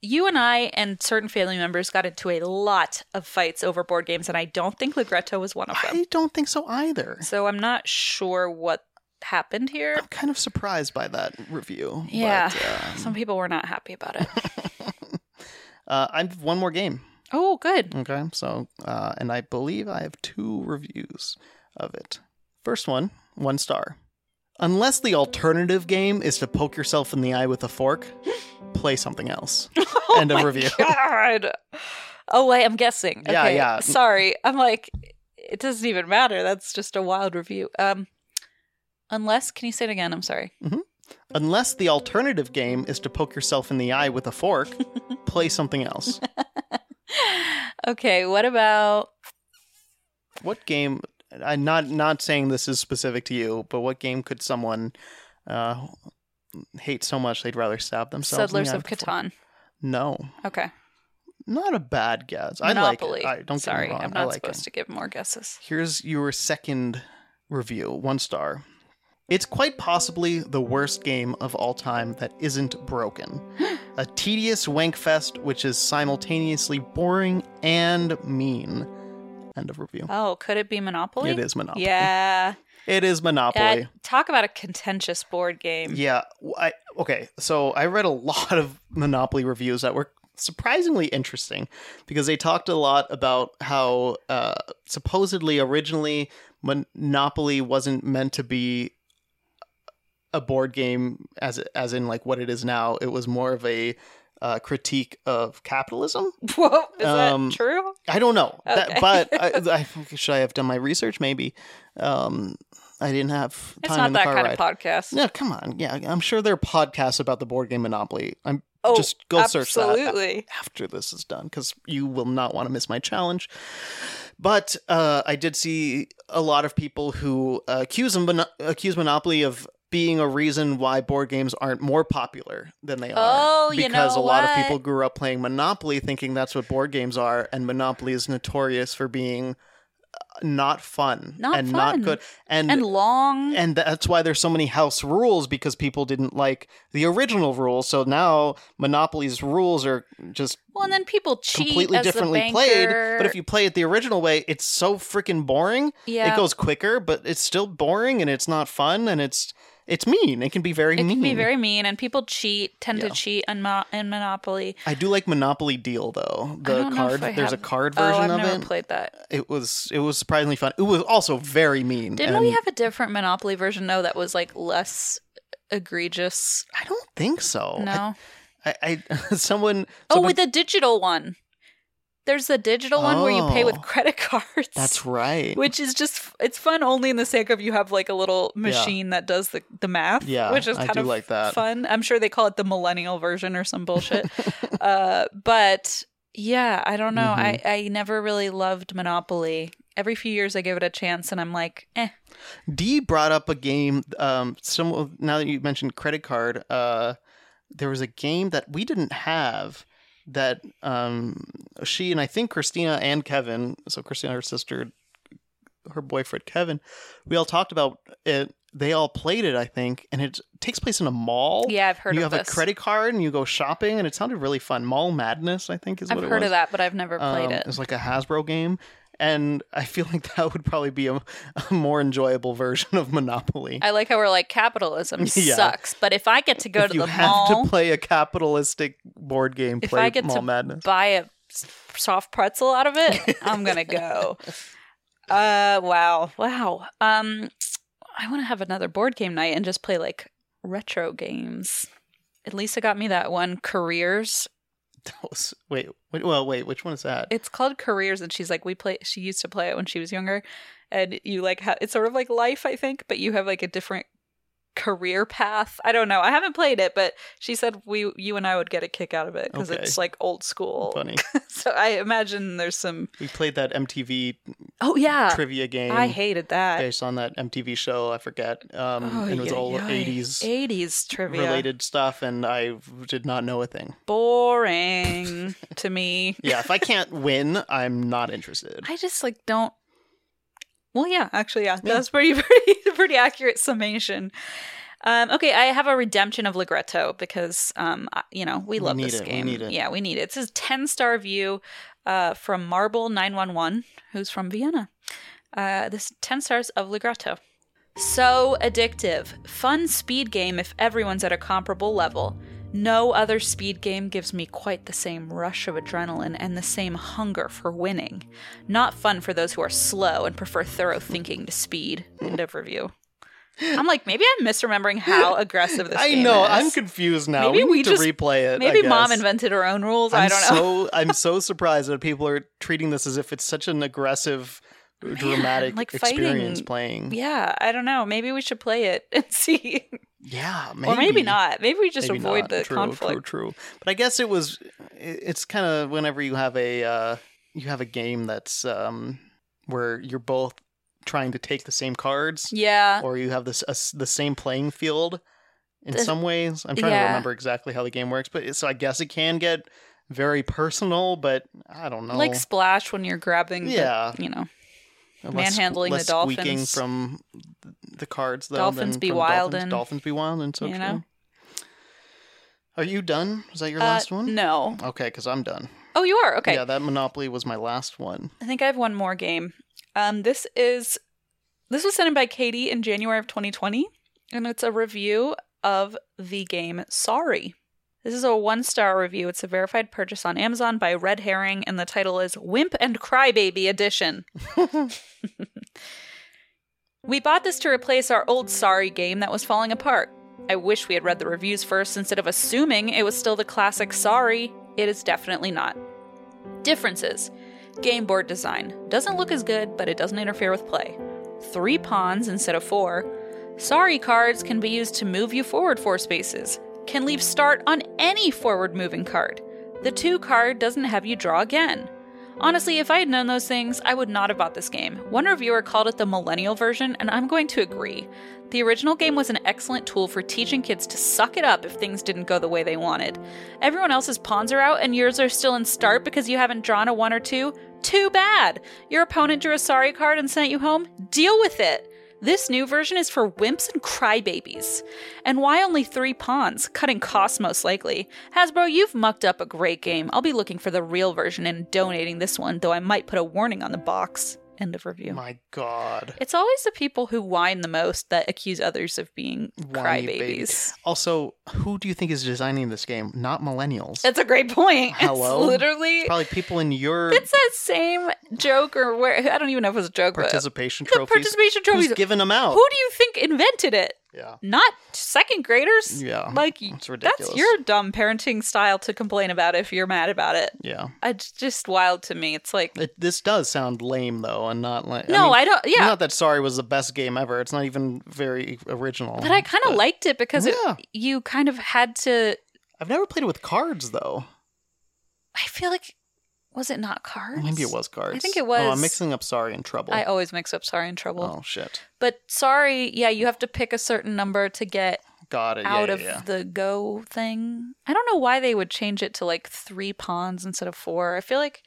S1: you and I and certain family members got into a lot of fights over board games, and I don't think Ligretto was one of them.
S2: I don't think so either.
S1: So I'm not sure what happened here.
S2: I'm kind of surprised by that review.
S1: Yeah,
S2: But,
S1: some people were not happy about it.
S2: uh, uh, I have one more game.
S1: oh, good.
S2: Okay, so uh, and I believe I have two reviews of it. First one, one star. Unless the alternative game is to poke yourself in the eye with a fork, play something else. End of review.
S1: Oh God. Oh wait, I'm guessing.
S2: Yeah,
S1: okay.
S2: yeah.
S1: Sorry, I'm like, it doesn't even matter. That's just a wild review. Um, unless, can you say it again? I'm sorry.
S2: Unless the alternative game is to poke yourself in the eye with a fork, play something else.
S1: okay, what about
S2: What game? I'm not not saying this is specific to you, but what game could someone uh, hate so much they'd rather stab themselves? in the
S1: Settlers
S2: eye
S1: of
S2: with a fork?
S1: Catan?
S2: No,
S1: Okay.
S2: not a bad guess.
S1: Monopoly.
S2: I like it. I, don't
S1: sorry,
S2: get me wrong.
S1: I'm not
S2: I like
S1: supposed
S2: it.
S1: to give more guesses.
S2: Here's your second review, one star. It's quite possibly the worst game of all time that isn't broken. a tedious wank fest which is simultaneously boring and mean. End of review.
S1: Oh, could it be Monopoly?
S2: It is Monopoly.
S1: Yeah.
S2: It is Monopoly.
S1: Yeah, talk about a contentious board game.
S2: Yeah. w- I, okay. So I read a lot of Monopoly reviews that were surprisingly interesting because they talked a lot about how uh, supposedly originally Monopoly wasn't meant to be a board game as as in like what it is now. It was more of a uh, critique of capitalism.
S1: Whoa, is
S2: Um,
S1: that true?
S2: I don't know,
S1: Okay.
S2: that, but I, I, think- should I have done my research? Maybe um, I didn't have time.
S1: It's
S2: in
S1: not
S2: the
S1: that
S2: car
S1: kind
S2: ride.
S1: of podcast.
S2: No, come on. Yeah, I'm sure there are podcasts about the board game Monopoly. I'm
S1: oh,
S2: just go search that
S1: absolutely.
S2: after this is done because you will not want to miss my challenge. But uh, I did see a lot of people who uh, accuse Mon- accuse Monopoly of being a reason why board games aren't more popular than they
S1: Oh,
S2: are
S1: you
S2: because
S1: know
S2: a lot of
S1: what?
S2: people grew up playing Monopoly thinking that's what board games are, and Monopoly is notorious for being uh, not fun
S1: Not
S2: and
S1: fun.
S2: not good
S1: And long.
S2: and that's why there's so many house rules because people didn't like the original rules. So now Monopoly's rules are just
S1: well, and then people cheat
S2: completely
S1: as
S2: differently
S1: the
S2: played.
S1: banker.
S2: But if you play it the original way, it's so freaking boring.
S1: yeah,
S2: It goes quicker, but it's still boring and it's not fun and it's it's mean. It can be very
S1: it
S2: mean.
S1: can be very mean, and people cheat, tend
S2: Yeah.
S1: to cheat in, Mo- in Monopoly.
S2: I do like Monopoly Deal though.
S1: I
S2: The
S1: don't know if
S2: card
S1: I
S2: there's a
S1: have-
S2: card
S1: oh,
S2: version
S1: I've
S2: of
S1: never
S2: it.
S1: played that.
S2: it was it was surprisingly fun. It was also very mean.
S1: Didn't
S2: and
S1: we have a different Monopoly version though that was like less egregious?
S2: Oh, I don't think so.
S1: no.
S2: I, I, I someone
S1: oh,
S2: someone-
S1: with the digital one. There's the digital one where you pay
S2: Oh.
S1: with credit cards.
S2: that's right.
S1: which is just it's fun only in the sake of you have like a little machine that does the, the math
S2: Yeah,
S1: which is
S2: I
S1: kind
S2: do
S1: of
S2: like that.
S1: fun i'm sure they call it the millennial version or some bullshit uh, but yeah i don't know
S2: Mm-hmm.
S1: I, I never really loved monopoly every few years i give it a chance and i'm like eh
S2: D brought up a game. Um, some of- now that you mentioned credit card, uh, there was a game that we didn't have that um, she and I think Christina and Kevin. So Christina, her sister, her boyfriend Kevin, we all talked about it. They all played it, I think, and it takes place in a mall.
S1: yeah i've heard
S2: you
S1: of
S2: have
S1: this
S2: a credit card and you go shopping, and it sounded really fun. Mall Madness, I think, is
S1: i've
S2: what it
S1: heard
S2: was.
S1: of that but i've never played
S2: Um,
S1: it
S2: It's like a Hasbro game, and I feel like that would probably be a, a more enjoyable version of Monopoly.
S1: i like how we're like capitalism
S2: Yeah.
S1: sucks but if i get to go
S2: if
S1: to
S2: you
S1: the
S2: have
S1: mall
S2: to play a capitalistic board game,
S1: If
S2: play
S1: I get
S2: Mall
S1: to
S2: Madness.
S1: buy a s- soft pretzel out of it, I'm gonna go. Uh, wow, wow. Um, I want to have another board game night and just play like retro games. At least I got me that one, Careers.
S2: That was- wait, wait, well, wait, which one is that?
S1: It's called Careers, and she's like, we play. She used to play it when she was younger, and you like, ha- it's sort of like Life, I think, but you have like a different career path. I don't know. I haven't played it, but she said we you and I would get a kick out of it because
S2: Okay.
S1: it's like old school.
S2: Funny.
S1: so I imagine there's some.
S2: We played that MTV
S1: Oh yeah,
S2: trivia game.
S1: I hated that.
S2: based on that MTV show. I forget. Um,
S1: Oh,
S2: and it was
S1: yeah,
S2: all
S1: yeah.
S2: 80s
S1: 80s trivia.
S2: related stuff, and I did not know a thing.
S1: Boring to me.
S2: Yeah, if I can't win, I'm not interested.
S1: I just like don't. Well, yeah, actually, yeah,
S2: Yeah.
S1: that's pretty pretty pretty accurate summation. Um, okay, I have a redemption of Ligretto because um, I- you know we
S2: We
S1: love
S2: need
S1: this
S2: it, we
S1: game.
S2: need it.
S1: Yeah, we need it. This is ten star view uh, from Marble Nine One One, who's from Vienna. Uh, this ten stars of Ligretto. So addictive, fun speed game if everyone's at a comparable level. No other speed game gives me quite the same rush of adrenaline and the same hunger for winning. Not fun for those who are slow and prefer thorough thinking to speed. End of review. I'm like, maybe I'm misremembering how aggressive this
S2: I
S1: game
S2: know.
S1: is.
S2: I'm confused now.
S1: Maybe
S2: we need
S1: we
S2: to
S1: just-
S2: replay it. I
S1: Maybe mom
S2: guess.
S1: invented her own rules.
S2: I'm
S1: I don't know.
S2: So, I'm so surprised that people are treating this as if it's such an aggressive, dramatic
S1: like
S2: experience
S1: fighting-
S2: playing.
S1: yeah, I don't know. Maybe we should play it and see.
S2: Yeah,
S1: Or maybe not. Maybe we just
S2: Maybe
S1: avoid
S2: not.
S1: the
S2: true,
S1: conflict.
S2: True, true. But I guess it was. it- It's kind of whenever you have a uh, you have a game that's um, where you're both trying to take the same cards,
S1: Yeah.
S2: or you have this a s the same playing field. In
S1: The-
S2: some ways, I'm trying to
S1: yeah.
S2: remember exactly how the game works, but it- so I guess it can get very personal. But I don't know,
S1: Like splash when you're grabbing, yeah,
S2: Yeah.
S1: you know,
S2: Less-
S1: manhandling the
S2: less squeaking
S1: dolphins.
S2: from the cards. Though,
S1: Dolphins
S2: than
S1: be
S2: from
S1: wild
S2: Dolphins,
S1: and-
S2: dolphins be wild, and so
S1: you
S2: true.
S1: know?
S2: Are you done? Was that your
S1: Uh,
S2: last one?
S1: No.
S2: Okay, because I'm done.
S1: Oh, you are okay.
S2: Yeah, that Monopoly was my last one.
S1: I think I have one more game. Um, this is this was sent in by Katie in January of 2020, and it's a review of the game Sorry. This is a one-star review. It's a verified purchase on Amazon by Red Herring, and the title is Wimp and Crybaby Edition. we bought this to replace our old Sorry game that was falling apart. I wish we had read the reviews first instead of assuming it was still the classic Sorry. It is definitely not. Differences. Game board design. Doesn't look as good, but it doesn't interfere with play. Three pawns instead of four. Sorry cards can be used to move you forward four spaces. Can leave start on any forward moving card. The two card doesn't have you draw again. Honestly, if I had known those things, I would not have bought this game. One reviewer called it the millennial version, and I'm going to agree. The original game was an excellent tool for teaching kids to suck it up if things didn't go the way they wanted. Everyone else's pawns are out and yours are still in start because you haven't drawn a one or two? Too bad! Your opponent drew a sorry card and sent you home? Deal with it! This new version is for wimps and crybabies. And why only three pawns? Cutting costs most likely. Hasbro, you've mucked up a great game. I'll be looking for the real version and donating this one, though I might put a warning on the box. End of review.
S2: My God.
S1: It's always the people who whine the most that accuse others of being
S2: Whiny baby.
S1: crybabies.
S2: Also, who do you think is designing this game? Not millennials.
S1: That's a great point.
S2: Hello?
S1: It's literally,
S2: Probably people in your
S1: it's uh, that same joke or where I don't even know if it was a joke, but
S2: participation
S1: the
S2: trophies.
S1: participation
S2: Who's
S1: trophies.
S2: giving them out?
S1: Who do you think invented it?
S2: yeah.
S1: Not second graders.
S2: Yeah.
S1: like
S2: It's
S1: that's
S2: ridiculous.
S1: your dumb parenting style to complain about if you're mad about it.
S2: Yeah.
S1: It's just wild to me. It's like
S2: It, this does sound lame though, and not like.
S1: no,
S2: I.
S1: I don't.
S2: mean,
S1: Yeah,
S2: Not that Sorry was the best game ever. It's not even very original.
S1: but I kind of liked it because
S2: Yeah.
S1: it, you kind of had to.
S2: I've never played it with cards though.
S1: I feel like was it not cards?
S2: Maybe it was cards.
S1: think it
S2: Oh,
S1: was-
S2: I'm mixing up Sorry and Trouble.
S1: I always mix up sorry and trouble.
S2: oh shit.
S1: But sorry, yeah, you have to pick a certain number to get
S2: Got it.
S1: out
S2: yeah,
S1: of
S2: yeah, yeah.
S1: the go thing. I don't know why they would change it to like three pawns instead of four. I feel like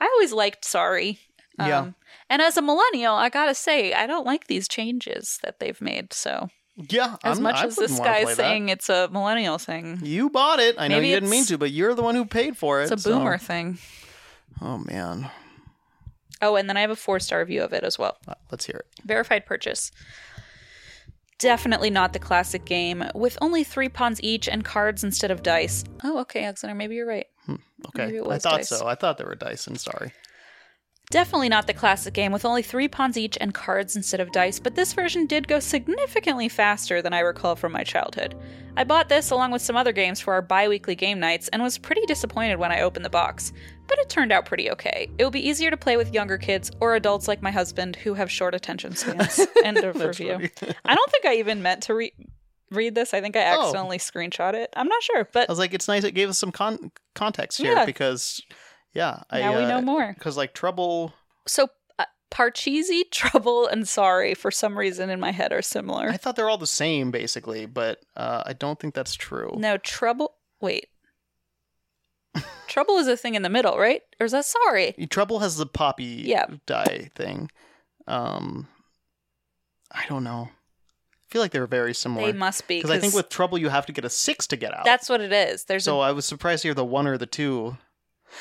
S1: I always liked sorry.
S2: Yeah.
S1: And as a millennial, I gotta say, I don't like these changes that they've made. So,
S2: Yeah.
S1: as
S2: I'm-
S1: much
S2: I
S1: as this
S2: wouldn't wanna
S1: guy
S2: play
S1: is
S2: that.
S1: saying it's a millennial thing,
S2: You bought it. I know
S1: Maybe
S2: you didn't mean
S1: it's-
S2: to, but you're the one who paid for it.
S1: it's a
S2: so-
S1: boomer thing.
S2: Oh man,
S1: Oh, and then I have a four star review of it as well.
S2: Uh, let's hear it.
S1: Verified purchase. Definitely not the classic game, with only three pawns each and cards instead of dice. Oh, okay, Alexander, maybe you're right. Maybe
S2: Okay,
S1: it
S2: I
S1: was
S2: thought
S1: dice.
S2: so. I thought there were dice in Sorry.
S1: Definitely not the classic game with only three pawns each and cards instead of dice, but this version did go significantly faster than I recall from my childhood. I bought this along with some other games for our bi weekly game nights and was pretty disappointed when I opened the box, but it turned out pretty okay. It will be easier to play with younger kids or adults like my husband who have short attention spans. End of review. I don't think I even meant to re- read this. I think I
S2: Oh.
S1: accidentally screenshot it. I'm not sure, but
S2: I was like, it's nice. It gave us some con- context here
S1: Yeah.
S2: because, yeah,
S1: now we know
S2: uh,
S1: more.
S2: Because like trouble,
S1: So uh, Parcheesi, Trouble, and Sorry for some reason in my head are similar.
S2: I thought they're all the same basically, but uh, I don't think that's true.
S1: no Trouble. Wait, Trouble is a thing in the middle, right? Or is that Sorry?
S2: Trouble has the poppy
S1: Yeah.
S2: die thing. Um, I don't know. I feel like they're very
S1: They
S2: similar.
S1: must be
S2: Because I think with trouble you have to get a six to get out.
S1: that's what it is. There's
S2: so
S1: a,
S2: I was surprised to hear the one or the two.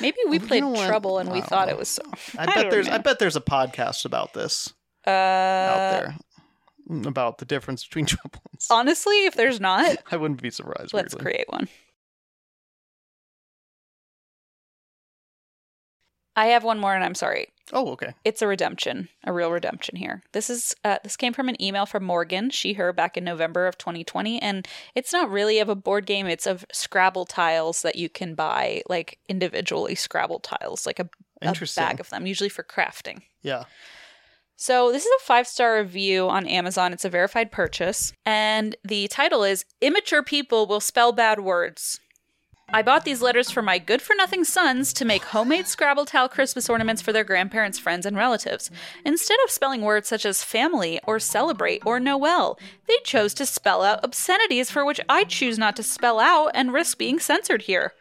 S1: maybe we
S2: You
S1: played
S2: know what?
S1: Trouble and we
S2: I don't
S1: thought
S2: know.
S1: it was. So,
S2: I,
S1: I
S2: bet
S1: don't
S2: there's I
S1: know.
S2: bet there's a podcast about this
S1: uh, Oh,
S2: out there mm, about the difference between trouble. And sorry.
S1: Honestly, if there's not,
S2: I wouldn't be surprised.
S1: let's
S2: weirdly.
S1: create one. I have one more, and I'm sorry.
S2: Oh, okay.
S1: it's a redemption, a real redemption here. This is uh, this came from an email from Morgan, she her back in November of 2020, and it's not really of a board game. It's of Scrabble tiles that you can buy, like individually Scrabble tiles, like a, a
S2: Interesting.
S1: bag of them, usually for crafting.
S2: yeah.
S1: So this is a five star review on Amazon. It's a verified purchase, and the title is "Immature People Will Spell Bad Words." I bought these letters for my good for nothing sons to make homemade Scrabble tile Christmas ornaments for their grandparents, friends, and relatives. Instead of spelling words such as family or celebrate or Noel, they chose to spell out obscenities for which I choose not to spell out and risk being censored here.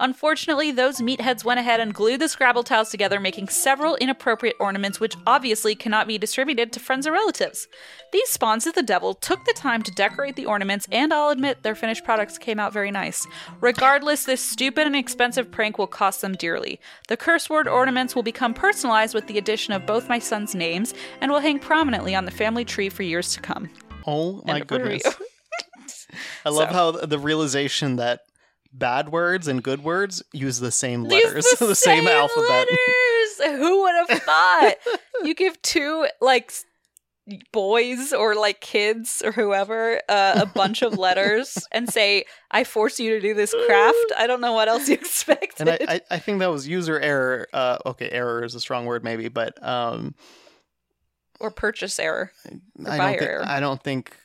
S1: Unfortunately, those meatheads went ahead and glued the Scrabble tiles together, making several inappropriate ornaments which obviously cannot be distributed to friends or relatives. These spawns of the devil took the time to decorate the ornaments, and I'll admit their finished products came out very nice. Regardless, this stupid and expensive prank will cost them dearly. The curse word ornaments will become personalized with the addition of both my son's names and will hang prominently on the family tree for years to come.
S2: Oh my
S1: End of review.
S2: goodness. I love how th- the realization that bad words and good words use the same letters,
S1: Use
S2: the same, alphabet.
S1: letters. Who would have thought? you give two like s- boys or like kids or whoever uh, a bunch of letters and say, "I force you to do this craft." I don't know what else you expected.
S2: And I, I, I think that was user error. Uh, okay, error is a strong word, maybe, but um,
S1: or purchase error.
S2: I
S1: buyer
S2: don't
S1: error.
S2: think I don't think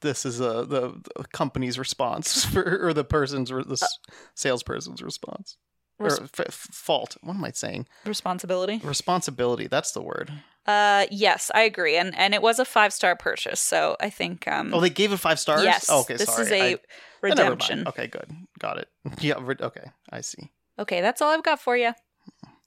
S2: this is a, the, the company's response for, or the person's re- the s- salesperson's response
S1: Res-
S2: or f- f- fault. What am I saying?
S1: responsibility.
S2: Responsibility. That's the word.
S1: Uh, yes, I agree, and and it was a five star purchase, so I think um.
S2: Oh, they gave it five stars.
S1: Yes,
S2: Oh, okay,
S1: this
S2: sorry.
S1: is a
S2: I- oh, never mind.
S1: redemption.
S2: Okay, good. Got it. Yeah. Re- okay, I see.
S1: okay, that's all I've got for you.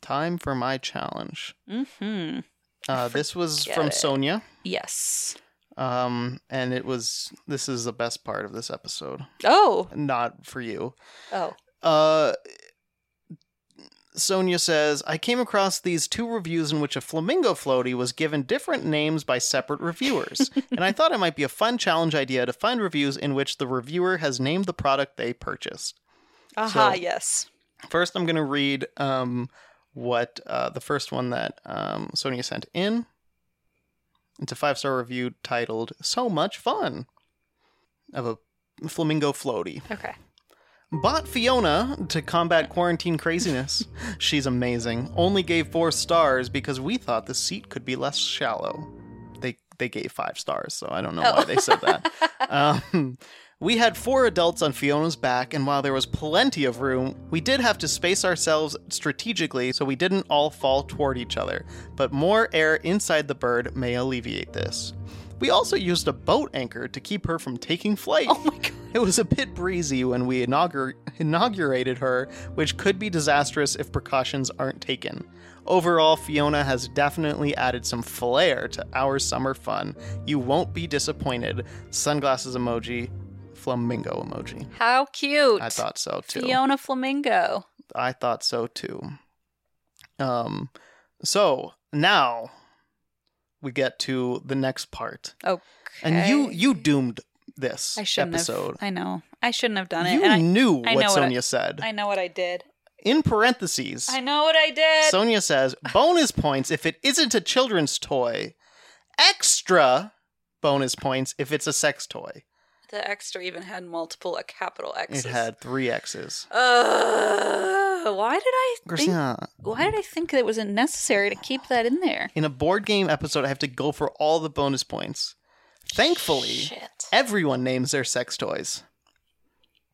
S2: Time for my challenge.
S1: Mm-hmm.
S2: Uh, this was
S1: Forget
S2: from
S1: it.
S2: Sonia,
S1: Yes.
S2: um, and it was. This is the best part of this episode.
S1: Oh.
S2: Not for you.
S1: Oh.
S2: Uh, Sonia says, I came across these two reviews in which a flamingo floaty was given different names by separate reviewers, and I thought it might be a fun challenge idea to find reviews in which the reviewer has named the product they purchased.
S1: Aha.
S2: So-
S1: yes.
S2: First, I'm going to read um, what uh, the first one that um, Sonia sent in. It's a five star review titled, So Much Fun, of a flamingo floaty.
S1: Okay.
S2: Bought Fiona to combat quarantine craziness. She's amazing. Only gave four stars because we thought the seat could be less shallow. They they gave five stars, so I don't know why they said that.
S1: Oh.
S2: Um, we had four adults on Fiona's back, and while there was plenty of room, we did have to space ourselves strategically so we didn't all fall toward each other. But more air inside the bird may alleviate this. We also used a boat anchor to keep her from taking flight.
S1: Oh my god.
S2: It was a bit breezy when we inaugur- inaugurated her, which could be disastrous if precautions aren't taken. Overall, Fiona has definitely added some flair to our summer fun. You won't be disappointed. Sunglasses emoji, flamingo emoji.
S1: How cute.
S2: I thought so too.
S1: Fiona Flamingo.
S2: I thought so too. Um, so now we get to the next part,
S1: Okay.
S2: and you you doomed this
S1: I shouldn't
S2: episode.
S1: have. I know. I shouldn't have done it.
S2: You
S1: and I-
S2: knew
S1: I
S2: what
S1: know what I-
S2: Sonia said.
S1: I, know what I did.
S2: In parentheses,
S1: I know what I did.
S2: Sonia says bonus points if it isn't a children's toy. Extra bonus points if it's a sex toy.
S1: the extra even had multiple a capital X's.
S2: It had three X's.
S1: Uh, why did I think?
S2: Christina,
S1: Why did I think that it wasn't necessary to keep that in there?
S2: in a board game episode, I have to go for all the bonus points. Thankfully,
S1: Shit.
S2: everyone names their sex toys. It-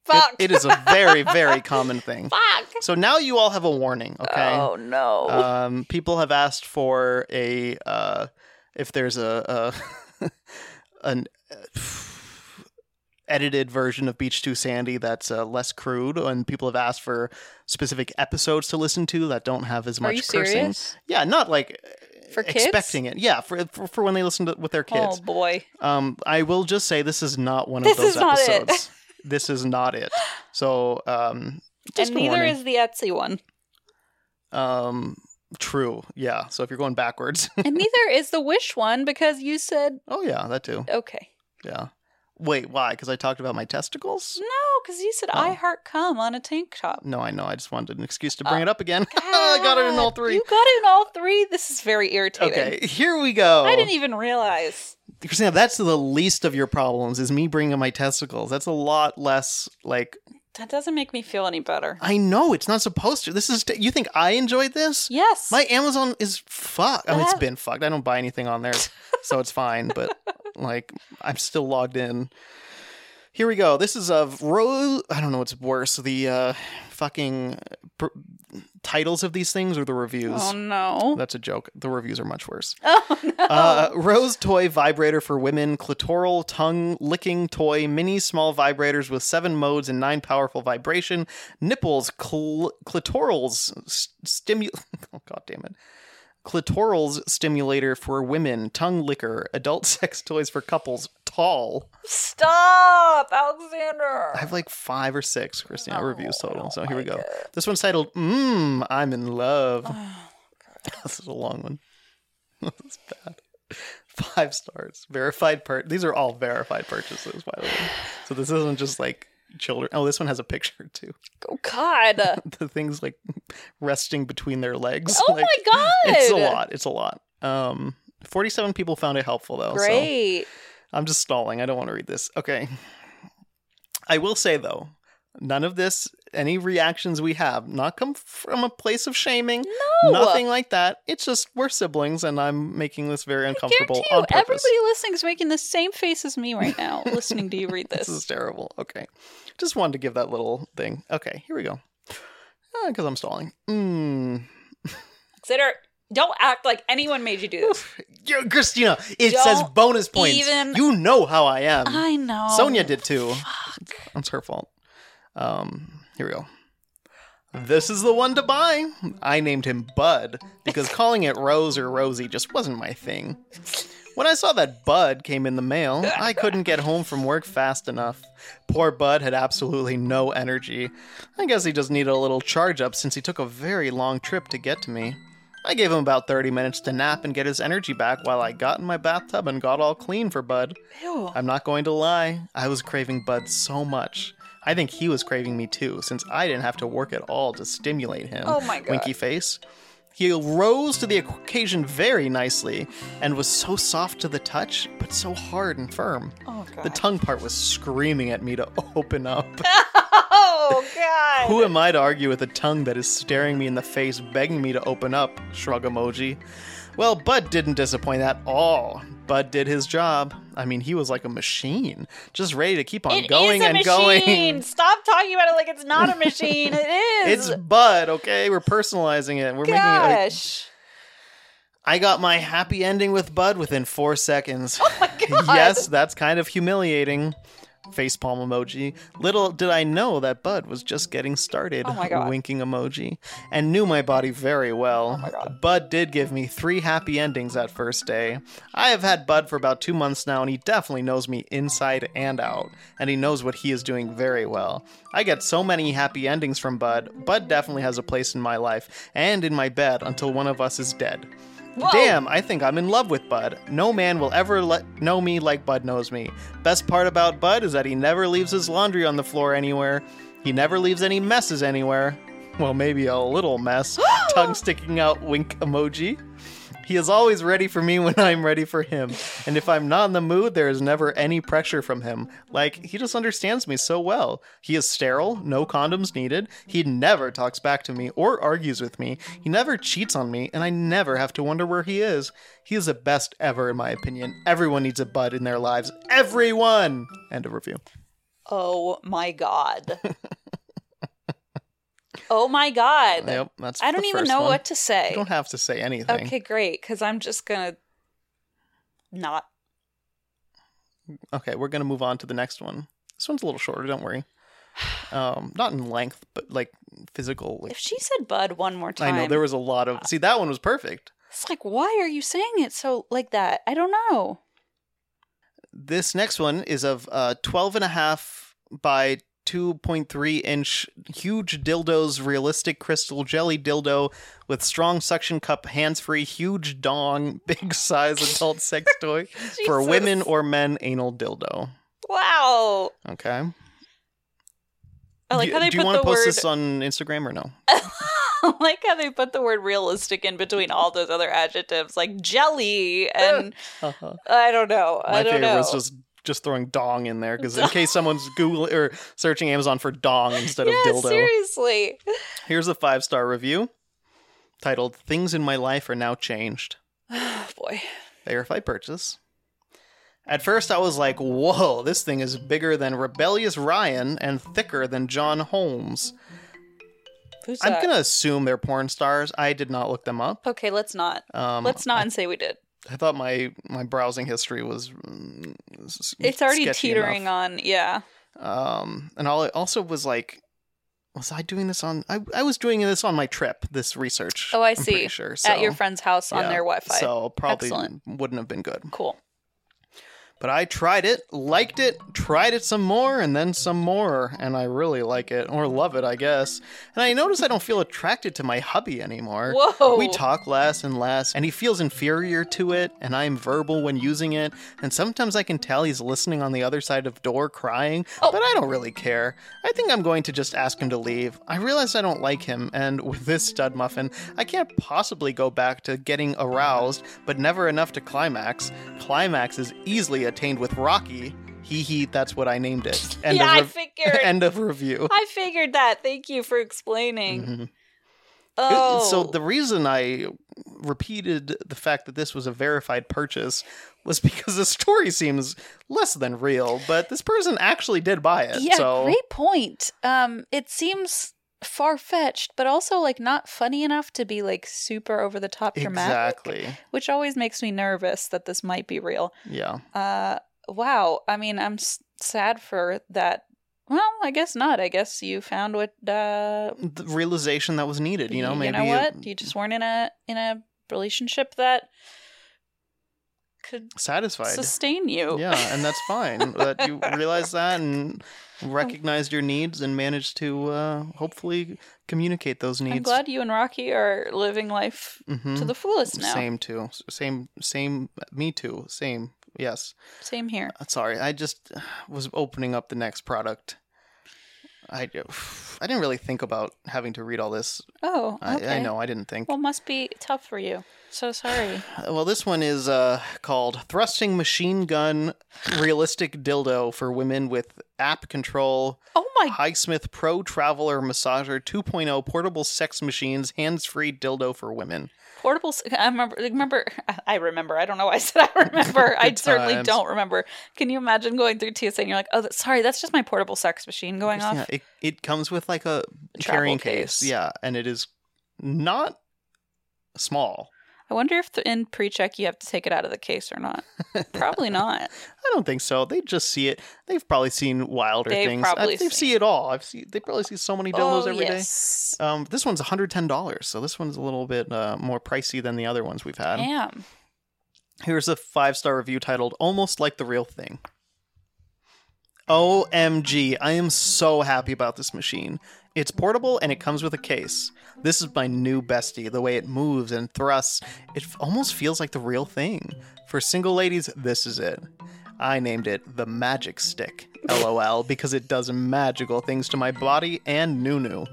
S1: Fuck.
S2: it is a very, very common thing.
S1: Fuck.
S2: So now you all have a warning, okay?
S1: Oh no.
S2: Um, people have asked for a uh, if there's a, a an uh, edited version of Beach Too Sandy that's uh, less crude, and people have asked for specific episodes to listen to that don't have as much
S1: Are you
S2: cursing.
S1: serious?
S2: Yeah, not like uh,
S1: For kids?
S2: expecting it. Yeah, for, for for when they listen to with their
S1: Oh
S2: kids.
S1: boy.
S2: Um, I will just say this is not one
S1: This
S2: of those
S1: is not it.
S2: episodes. this is not it. So, um, just
S1: and
S2: a
S1: neither
S2: warning.
S1: is the Etsy one.
S2: Um, true. Yeah. So if you're going backwards,
S1: and neither is the Wish one because you said
S2: oh yeah, that too.
S1: okay.
S2: Yeah. Wait, why? Because I talked about my testicles.
S1: No, because you
S2: Oh.
S1: said I heart cum on a tank top.
S2: No, I know. I just wanted an excuse to bring it up again.
S1: God,
S2: I got it in all three.
S1: Uh, You got it in all three. This is very irritating.
S2: Okay, here we go.
S1: I didn't e- even realize.
S2: Christina, that's the least of your problems is me bringing up my testicles. That's a lot less like
S1: That doesn't make me feel any better.
S2: I know it's not supposed to. This is you think I enjoyed this?
S1: Yes.
S2: My Amazon is fucked. I mean, it's
S1: That-
S2: been fucked. I don't buy anything on there, so it's fine. But like, I'm still logged in. Here we go. This is of Rose. I don't know what's worse, the uh, fucking pr- titles of these things or the reviews.
S1: oh no.
S2: That's a joke. The reviews are much worse.
S1: Oh no.
S2: Uh, Rose toy vibrator for women, clitoral tongue licking toy, mini small vibrators with seven modes and nine powerful vibration, nipples, cl- clitorals, st- stimu. oh god damn it. Clitorals stimulator for women, tongue licker, adult sex toys for couples, tall.
S1: Stop, Alexander.
S2: I have like five or six Christina
S1: No,
S2: reviews
S1: I
S2: total.
S1: don't
S2: So here we
S1: like
S2: go. This one's titled Mmm, I'm in love.
S1: Oh,
S2: this is a long one. That's bad. Five stars. Verified per these are all verified purchases, by the way. So this isn't just like children. Oh, this one has a picture too.
S1: oh God.
S2: The things like resting between their legs.
S1: oh
S2: like,
S1: my God.
S2: It's a lot. It's a lot. Um 47 people found it helpful though. So.
S1: Great.
S2: I'm just stalling. I don't want to read this. Okay. I will say though, none of this, any reactions we have, not come from a place of shaming,
S1: No.
S2: nothing like that. It's just we're siblings, and I'm making this very uncomfortable
S1: Guarantee you,
S2: on purpose.
S1: everybody listening is making the same face as me right now, listening to you read
S2: This is
S1: this.
S2: terrible. Okay, just wanted to give that little thing. Okay, here we go. Because I'm stalling. Mm.
S1: Consider, don't act like anyone made you do this.
S2: Yo, Christina, it
S1: Don't
S2: says bonus points.
S1: even-
S2: You know how I am.
S1: I know.
S2: Sonia did too.
S1: Fuck.
S2: That's her fault. Um, here we go. This is the one to buy. I named him Bud because calling it Rose or Rosie just wasn't my thing. When I saw that Bud came in the mail, I couldn't get home from work fast enough. Poor Bud had absolutely no energy. I guess he just needed a little charge up since he took a very long trip to get to me. I gave him about 30 minutes to nap and get his energy back while I got in my bathtub and got all clean for Bud.
S1: Ew.
S2: I'm not going to lie, I was craving Bud so much. I think he was craving me too, since I didn't have to work at all to stimulate him.
S1: Oh my God.
S2: Winky face. He rose to the occasion very nicely and was so soft to the touch, but so hard and firm.
S1: Oh
S2: The
S1: God.
S2: tongue part was screaming at me to open up.
S1: oh God.
S2: Who am I to argue with a tongue that is staring me in the face, begging me to open up? Shrug emoji. Well, Bud didn't disappoint at all. Bud did his job. I mean, he was like a machine, just ready to keep on
S1: It is
S2: going
S1: a
S2: and
S1: machine.
S2: going.
S1: Stop talking about it like it's not a machine. It is.
S2: It's Bud, okay? We're personalizing it. We're making it. Like,
S1: gosh.
S2: I got my happy ending with Bud within four seconds.
S1: Oh my God.
S2: yes, that's kind of humiliating. Facepalm emoji. Little did I know that Bud was just getting started.
S1: Oh my God. Oh
S2: Winking emoji. And knew my body very well. Bud did give me three happy endings that first day. I have had Bud for about two months now, and he definitely knows me inside and out. And he knows what he is doing very well. I get so many happy endings from Bud. Bud definitely has a place in my life and in my bed until one of us is dead.
S1: Whoa.
S2: Damn, I think I'm in love with Bud. No man will ever let know me like Bud knows me. Best part about Bud is that he never leaves his laundry on the floor anywhere. He never leaves any messes anywhere. Well, maybe a little mess. Tongue sticking out, wink emoji. He is always ready for me when I'm ready for him. And if I'm not in the mood, there is never any pressure from him. Like, he just understands me so well. He is sterile, no condoms needed. He never talks back to me or argues with me. He never cheats on me, and I never have to wonder where he is. He is the best ever, in my opinion. Everyone needs a bud in their lives. Everyone! End of review.
S1: Oh my god. oh my god.
S2: Yep, that's
S1: I don't
S2: the
S1: even
S2: first
S1: know
S2: one.
S1: what to say.
S2: You don't have to say anything.
S1: okay, great, because I'm just gonna not.
S2: Okay, we're gonna move on to the next one. This one's a little shorter. Don't worry. Um, not in length, but like physical. Like,
S1: If she said bud one more
S2: I
S1: time,
S2: know there was a lot of. See, that one was perfect.
S1: it's like, why are you saying it so like that? I don't know.
S2: This next one is of uh, 12 and a half by 2.3 inch huge dildos, realistic crystal jelly dildo with strong suction cup, hands free, huge dong, big size adult sex toy for
S1: Jesus.
S2: women or men anal dildo.
S1: Wow.
S2: Okay.
S1: I like
S2: do,
S1: how they
S2: do you
S1: put
S2: wanna
S1: the
S2: post
S1: word.
S2: this on Instagram or no?
S1: I like how they put the word realistic in between all those other adjectives, like jelly, and
S2: Uh-huh.
S1: I don't know.
S2: My
S1: I don't
S2: favorite
S1: know.
S2: was just just throwing dong in there because in case someone's googling or searching Amazon for dong instead
S1: yeah,
S2: of dildo.
S1: seriously.
S2: Here's a five star review titled "Things in My Life Are Now Changed."
S1: Oh boy.
S2: They are if I purchase. At first, I was like, "Whoa, this thing is bigger than Rebellious Ryan and thicker than John Holmes."
S1: Who's
S2: I'm
S1: that?
S2: gonna assume they're porn stars. I did not look them up.
S1: Okay, let's not.
S2: Um,
S1: Let's not and say we did.
S2: I thought my my browsing history was. mm, s-
S1: It's already
S2: sketchy
S1: teetering
S2: enough.
S1: on. Yeah.
S2: um and all, i also was like was i doing this on I, I was doing this on my trip this research
S1: Oh, I
S2: I'm pretty
S1: see.
S2: sure
S1: At your
S2: so,
S1: friend's house on
S2: yeah,
S1: their Wi-Fi.
S2: so probably
S1: Excellent.
S2: wouldn't have been good
S1: Cool.
S2: but i tried it liked it tried it some more and then some more and i really like it or love it i guess and i notice i don't feel attracted to my hubby anymore
S1: Whoa.
S2: we talk less and less, and he feels inferior to it, and I'm verbal when using it, and sometimes I can tell he's listening on the other side of door crying,
S1: Oh.
S2: but I don't really care. I think I'm going to just ask him to leave. I realize I don't like him, and with this stud muffin, I can't possibly go back to getting aroused, but never enough to climax. Climax is easily attained with Rocky. Hee hee, that's what I named it. End
S1: yeah,
S2: of
S1: I
S2: rev-
S1: figured.
S2: End of review.
S1: I figured that. Thank you for explaining.
S2: Mhm. It-
S1: Oh.
S2: So the reason I repeated the fact that this was a verified purchase was because the story seems less than real, but this person actually did buy it.
S1: yeah,
S2: so
S1: great point. Um, it seems far fetched, but also like not funny enough to be like super over the top dramatic,
S2: exactly.
S1: which always makes me nervous that this might be real.
S2: Yeah.
S1: Uh, wow. I mean, I'm s- sad for that. Well, I guess not. I guess you found what uh,
S2: The realization that was needed, you know,
S1: y-
S2: maybe
S1: what
S2: it-
S1: you just weren't in a in a relationship that could
S2: satisfied.
S1: sustain you.
S2: Yeah, and that's fine. that you realized that and
S1: Oh.
S2: recognized your needs and managed to uh, hopefully communicate those needs.
S1: I'm glad you and Rocky are living life
S2: Mhm.
S1: to the fullest now. Same,
S2: Same too. Same same me too. Same. Yes.
S1: here.
S2: Uh, Sorry, I just uh, was opening up the next product. I I didn't really think about having to read all this.
S1: Oh,
S2: I,
S1: okay.
S2: I know I didn't think.
S1: Well, must be tough for you. So sorry.
S2: Uh, Well, this one is uh, called "Thrusting Machine Gun Realistic Dildo for Women with App Control."
S1: Oh my.
S2: Highsmith Pro Traveler Massager 2.0 Portable Sex Machines Hands-Free Dildo for Women.
S1: Portable. s- I remember. Remember. I remember. I don't know why I said I remember. I
S2: Good
S1: certainly
S2: times.
S1: don't remember. Can you imagine going through TSA and you're like, oh, that, sorry, that's just my portable sex machine going off.
S2: Yeah, it, it comes with like a
S1: Travel
S2: carrying case.
S1: case.
S2: Yeah, and it is not small.
S1: I wonder if th- in pre-check you have to take it out of the case or not. Probably not.
S2: I don't think so. They just see it. They've probably seen wilder
S1: They've
S2: things.
S1: probably
S2: I've- They've
S1: seen-
S2: seen it all. I've seen. They probably see so many dildos
S1: oh
S2: every day.
S1: yes.
S2: Um, this one's one hundred ten dollars, so this one's a little bit uh, more pricey than the other ones we've had.
S1: Damn.
S2: Here's a five star review titled "Almost Like the Real Thing." OMG, I am so happy about this machine. It's portable and it comes with a case. This is my new bestie. The way it moves and thrusts, it f- almost feels like the real thing. For single ladies, this is it. I named it the Magic Stick, lol, because it does magical things to my body and Nunu.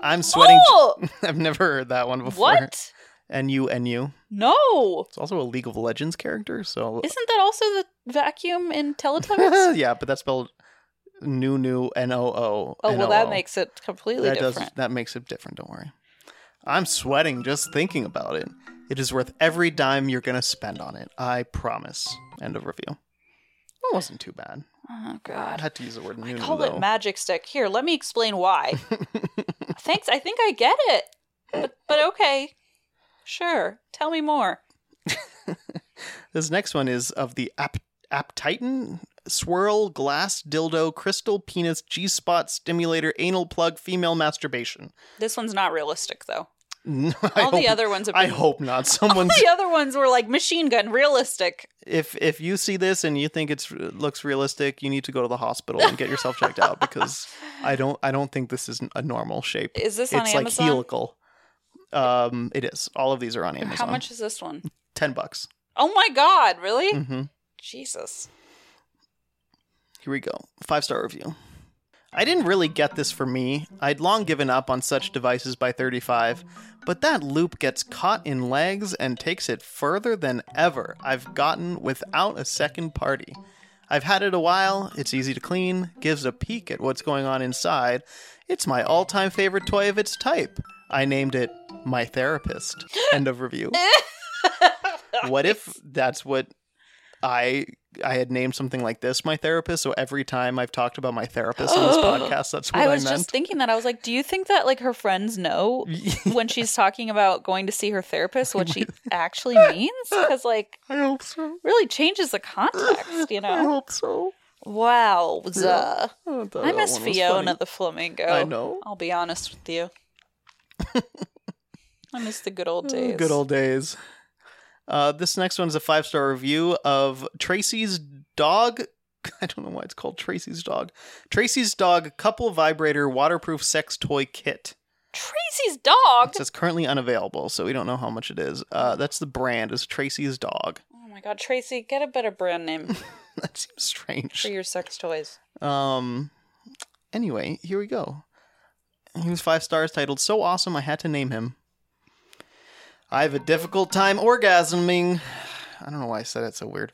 S2: I'm sweating.
S1: Oh,
S2: I've never heard that one before.
S1: what?
S2: NU NU.
S1: No.
S2: It's also a League of Legends character, so
S1: Isn't that also the vacuum in Teletubbies?
S2: yeah, but that's spelled new new N O O.
S1: oh, well, that
S2: NOO.
S1: makes it completely
S2: that
S1: different.
S2: does that makes it different. Don't worry. I'm sweating just thinking about it. It is worth every dime you're gonna spend on it. I promise. End of review. That wasn't too bad.
S1: Oh,
S2: I
S1: God.
S2: had to use the word new.
S1: Call
S2: though.
S1: it magic stick. Here, let me explain why. Thanks. I think I get it. But, but okay. Sure. Tell me more.
S2: This next one is of the Ap- Aptitan swirl glass dildo crystal penis G spot stimulator anal plug female masturbation.
S1: This one's not realistic, though.
S2: No, I
S1: All the
S2: hope-
S1: other ones have been.
S2: I hope not.
S1: All
S2: Someone's
S1: the other ones were like machine gun realistic.
S2: if if you see this and you think it looks realistic, you need to go to the hospital and get yourself checked out because I don't I don't think this is a normal shape.
S1: Is this on
S2: it's like
S1: Amazon?
S2: helical. Um, it is. All of these are on Amazon.
S1: How much is this one?
S2: Ten bucks.
S1: Oh my god, really?
S2: Mm-hmm.
S1: Jesus.
S2: Here we go. Five star review. I didn't really get this for me. I'd long given up on such devices by 35, but that loop gets caught in legs and takes it further than ever I've gotten without a second party. I've had it a while, it's easy to clean, gives a peek at what's going on inside. It's my all time favorite toy of its type. I named it My Therapist. End of review. what if that's what I I had named something like this my therapist. So every time I've talked about my therapist on this podcast, that's what
S1: I
S2: I,
S1: was just
S2: meant.
S1: thinking that. I was like, do you think that like her friends know when she's talking about going to see her therapist what she actually means? Because like
S2: I hope so.
S1: really changes the context, you
S2: I
S1: know?
S2: hope so.
S1: Wow.
S2: I, thought
S1: I
S2: Oh, that
S1: miss
S2: one was
S1: Fiona
S2: funny.
S1: the Flamingo.
S2: I know.
S1: I'll be honest with you. I miss the good old
S2: Oh,
S1: days.
S2: Good old days. Uh, this next one is a five star review of Tracy's dog. I don't know why it's called Tracy's dog. Tracy's dog couple vibrator waterproof sex toy kit.
S1: Tracy's dog.
S2: It says currently unavailable, so we don't know how much it is. Uh, that's the brand is Tracy's dog.
S1: Oh my god, Tracy, get a better brand name
S2: that seems strange.
S1: for your sex toys.
S2: Um. Anyway, here we go. He was five stars, titled "So Awesome I Had to Name Him." I have a difficult time orgasming. I don't know why I said it so weird.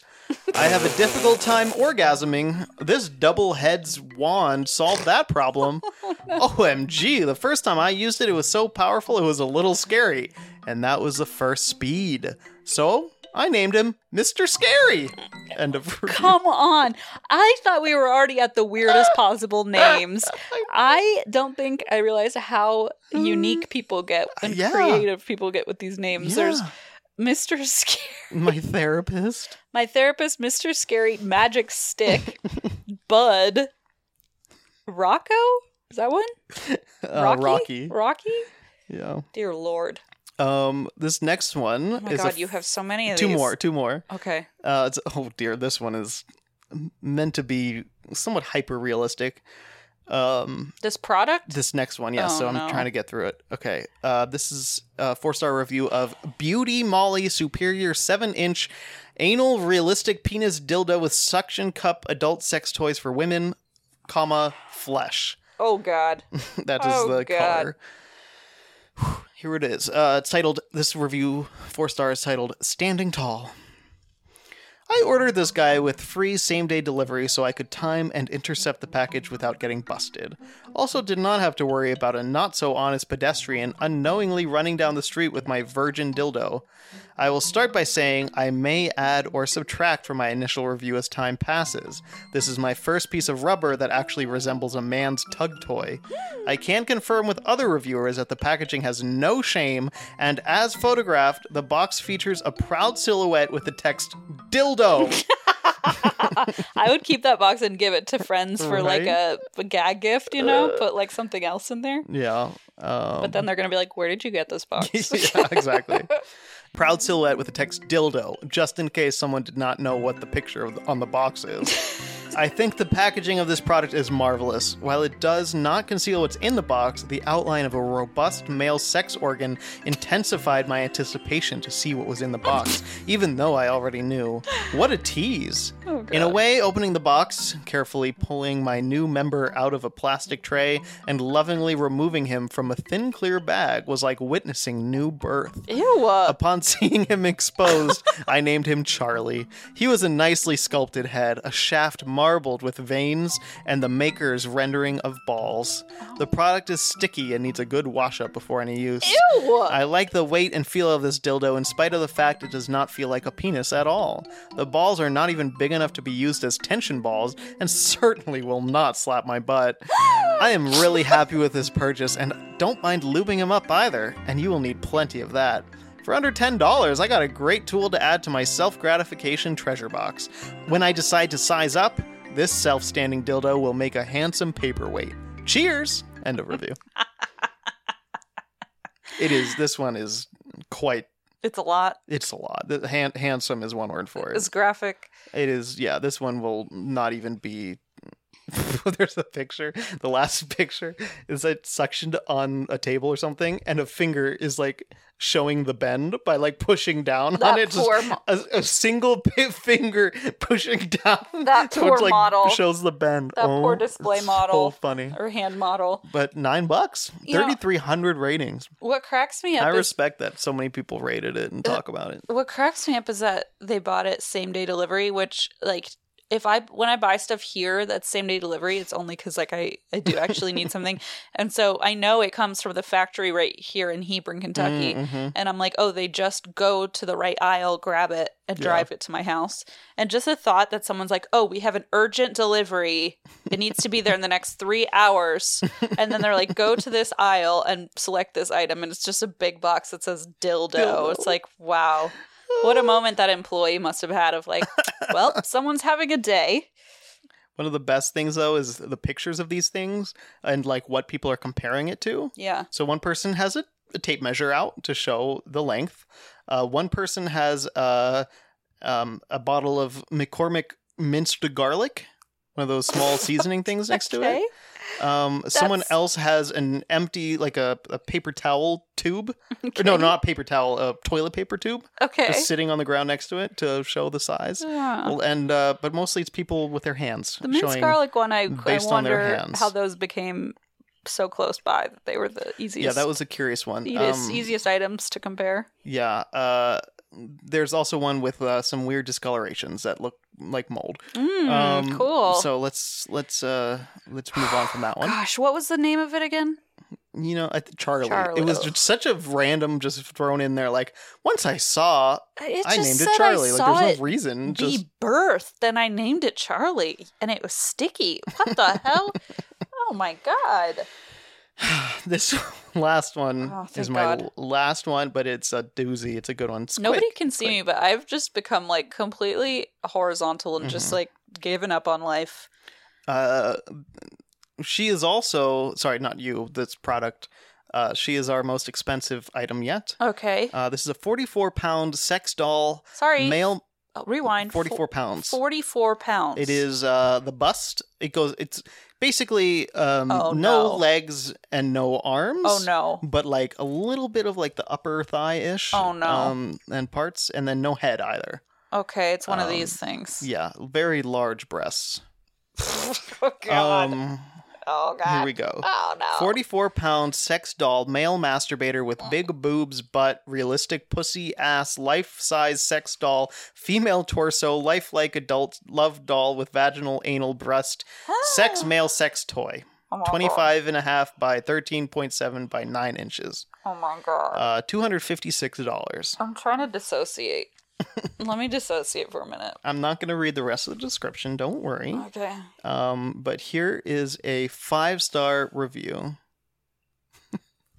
S2: I have a difficult time orgasming. This double heads wand solved that problem. OMG, the first time I used it, it was so powerful it was a little scary. And that was the first speed. So I named him Mr. Scary. End of review.
S1: Come on. I thought we were already at the weirdest possible names. I don't think I realized how unique people get and
S2: Mm. Yeah.
S1: creative people get with these names. There's
S2: Yeah.
S1: Mr. Scary,
S2: my therapist.
S1: my therapist, Mr. Scary, Magic Stick, Bud, Rocco? Is that one?
S2: Uh, Rocky.
S1: Rocky?
S2: Yeah.
S1: Dear Lord.
S2: Um. This next one
S1: Oh my
S2: is a
S1: god,
S2: f-
S1: you have so many of
S2: two
S1: these.
S2: more. Two more.
S1: Okay.
S2: Uh. It's, oh dear. This one is meant to be somewhat hyper realistic. Um.
S1: This product?
S2: This next one, yes.
S1: Oh,
S2: so I'm
S1: no.
S2: trying to get through it. Okay. Uh. This is a four star review of Beauty Molly Superior seven inch anal realistic penis dildo with suction cup adult sex toys for women, comma flesh.
S1: Oh god.
S2: That is
S1: Oh,
S2: the
S1: God.
S2: color. Whew, Here it is. Uh, it's titled, this review, four stars, titled Standing Tall. I ordered this guy with free same day delivery so I could time and intercept the package without getting busted. Also, did not have to worry about a not so honest pedestrian unknowingly running down the street with my virgin dildo. I will start by saying I may add or subtract from my initial review as time passes. This is my first piece of rubber that actually resembles a man's tug toy. I can confirm with other reviewers that the packaging has no shame, and as photographed, the box features a proud silhouette with the text dildo.
S1: I would keep that box and give it to friends for like
S2: Right?
S1: a, a gag gift, you know, put like something else in there.
S2: yeah. Um,
S1: But then they're gonna be like, "Where did you get this box?"
S2: yeah, exactly. Proud silhouette with the text dildo, just in case someone did not know what the picture of the- on the box is. I think the packaging of this product is marvelous. While it does not conceal what's in the box, the outline of a robust male sex organ intensified my anticipation to see what was in the box, even though I already knew. What a tease! in a way, opening the box, carefully pulling my new member out of a plastic tray, and lovingly removing him from a thin, clear bag was like witnessing new birth.
S1: Ew. uh,
S2: Upon seeing him exposed, I named him Charlie. He was a nicely sculpted head, a shaft marbled with veins, and the maker's rendering of balls. The product is sticky and needs a good wash up before any use. I like the weight and feel of this dildo in spite of the fact it does not feel like a penis at all. The balls are not even big enough to be used as tension balls and certainly will not slap my butt. I am really happy with this purchase and don't mind lubing him up either, and you will need plenty of that. For under $10, I got a great tool to add to my self gratification treasure box. When I decide to size up, this self standing dildo will make a handsome paperweight. Cheers! End of review. it is, this one is quite,
S1: it's a lot.
S2: it's a lot. The hand, handsome is one word for
S1: It's
S2: it.
S1: graphic.
S2: It is, yeah, this one will not even be. There's a picture. The last picture is like suctioned on a table or something, and a finger is like showing the bend by like pushing down on
S1: That
S2: it. Just-
S1: poor mo-
S2: a, a single pi finger pushing down.
S1: That
S2: so it's
S1: poor
S2: like
S1: model.
S2: shows the bend.
S1: That
S2: oh,
S1: poor display
S2: it's
S1: model.
S2: So funny.
S1: or hand model.
S2: But nine bucks,
S1: You know-
S2: thirty three hundred ratings.
S1: What cracks me
S2: I
S1: up is
S2: respect that so many people rated it
S1: Uh,
S2: and talk about it.
S1: what cracks me up is that they bought it same day delivery, which like if I when I buy stuff here that's same day delivery, it's only because like I I do actually need something, and so I know it comes from the factory right here in Hebron, Kentucky.
S2: Mhm.
S1: And I'm like, oh, they just go to the right aisle, grab it, and
S2: Yeah.
S1: drive it to my house. And just the thought that someone's like, oh, we have an urgent delivery. It needs to be there in the next three hours. And then they're like, go to this aisle and select this item. And it's just a big box that says dildo.
S2: Dildo.
S1: It's like, wow. What a moment that employee must have had of like, well, someone's having a day.
S2: One of the best things though is the pictures of these things and like what people are comparing it to.
S1: Yeah.
S2: So one person has a, a tape measure out to show the length. Uh, one person has a, um, a bottle of McCormick minced garlic, one of those small seasoning things next
S1: Okay.
S2: to it. Um, someone
S1: That's-
S2: else has an empty, like a, a paper towel tube. Or no, not paper towel, a toilet paper tube
S1: Okay. Ah.
S2: just sitting on the ground next to it to show the size.
S1: Yeah.
S2: Well, And uh, but mostly it's people with their hands
S1: The minced
S2: showing.
S1: garlic one, I, I
S2: based on their
S1: wonder
S2: hands.
S1: how those became so close by that they were the easiest.
S2: Yeah, that was a curious one.
S1: easiest,
S2: Um,
S1: easiest items to compare.
S2: Yeah. Uh, there's also one with uh, some weird discolorations that look like mold.
S1: Mm,
S2: Um,
S1: cool.
S2: So let's let's uh, let's move on from that one.
S1: Gosh, what was the name of it again?
S2: You know, I th- Charlie.
S1: Charlie.
S2: It was just such a random, just thrown in there. Like once I saw,
S1: It
S2: I named it
S1: said
S2: Charlie.
S1: I
S2: like
S1: saw
S2: there's
S1: it
S2: no reason. Just
S1: be birthed, then I named it Charlie, and it was sticky. What the hell? Oh my god!
S2: this last one
S1: Oh, thank
S2: is my
S1: God.
S2: l- last one, but it's a doozy. It's a good one. It's
S1: Nobody
S2: quick.
S1: can see
S2: quick.
S1: me, but I've just become like completely horizontal and
S2: Mm-hmm.
S1: just like given up on life.
S2: Uh, she is also sorry, not you. This product. Uh, she is our most expensive item yet.
S1: Okay,
S2: Uh, this is a 44 pound sex doll,
S1: sorry.
S2: male,
S1: Oh, rewind.
S2: 44 pounds.
S1: Forty-four pounds.
S2: It is uh, the bust. It goes. It's basically um,
S1: Oh,
S2: no,
S1: no.
S2: legs and no arms.
S1: Oh no.
S2: But like a little bit of like the upper thigh ish.
S1: Oh, no.
S2: Um, and parts, and then no head either.
S1: Okay, it's one of
S2: Um,
S1: these things.
S2: Yeah, very large breasts.
S1: oh god.
S2: Um,
S1: oh god.
S2: here we go.
S1: Oh Oh. no.
S2: 44 pound sex doll, male masturbator with big boobs, butt, realistic pussy, ass, life size sex doll, female torso, lifelike adult, love doll with vaginal, anal, breast, sex male sex toy.
S1: Oh my God.
S2: 25 and a half by 13.7 by 9 inches.
S1: Oh my god.
S2: Uh, $256.
S1: I'm trying to dissociate. Let me dissociate for a minute.
S2: I'm not going to read the rest of the description, don't worry.
S1: Okay.
S2: Um, but here is a five star review.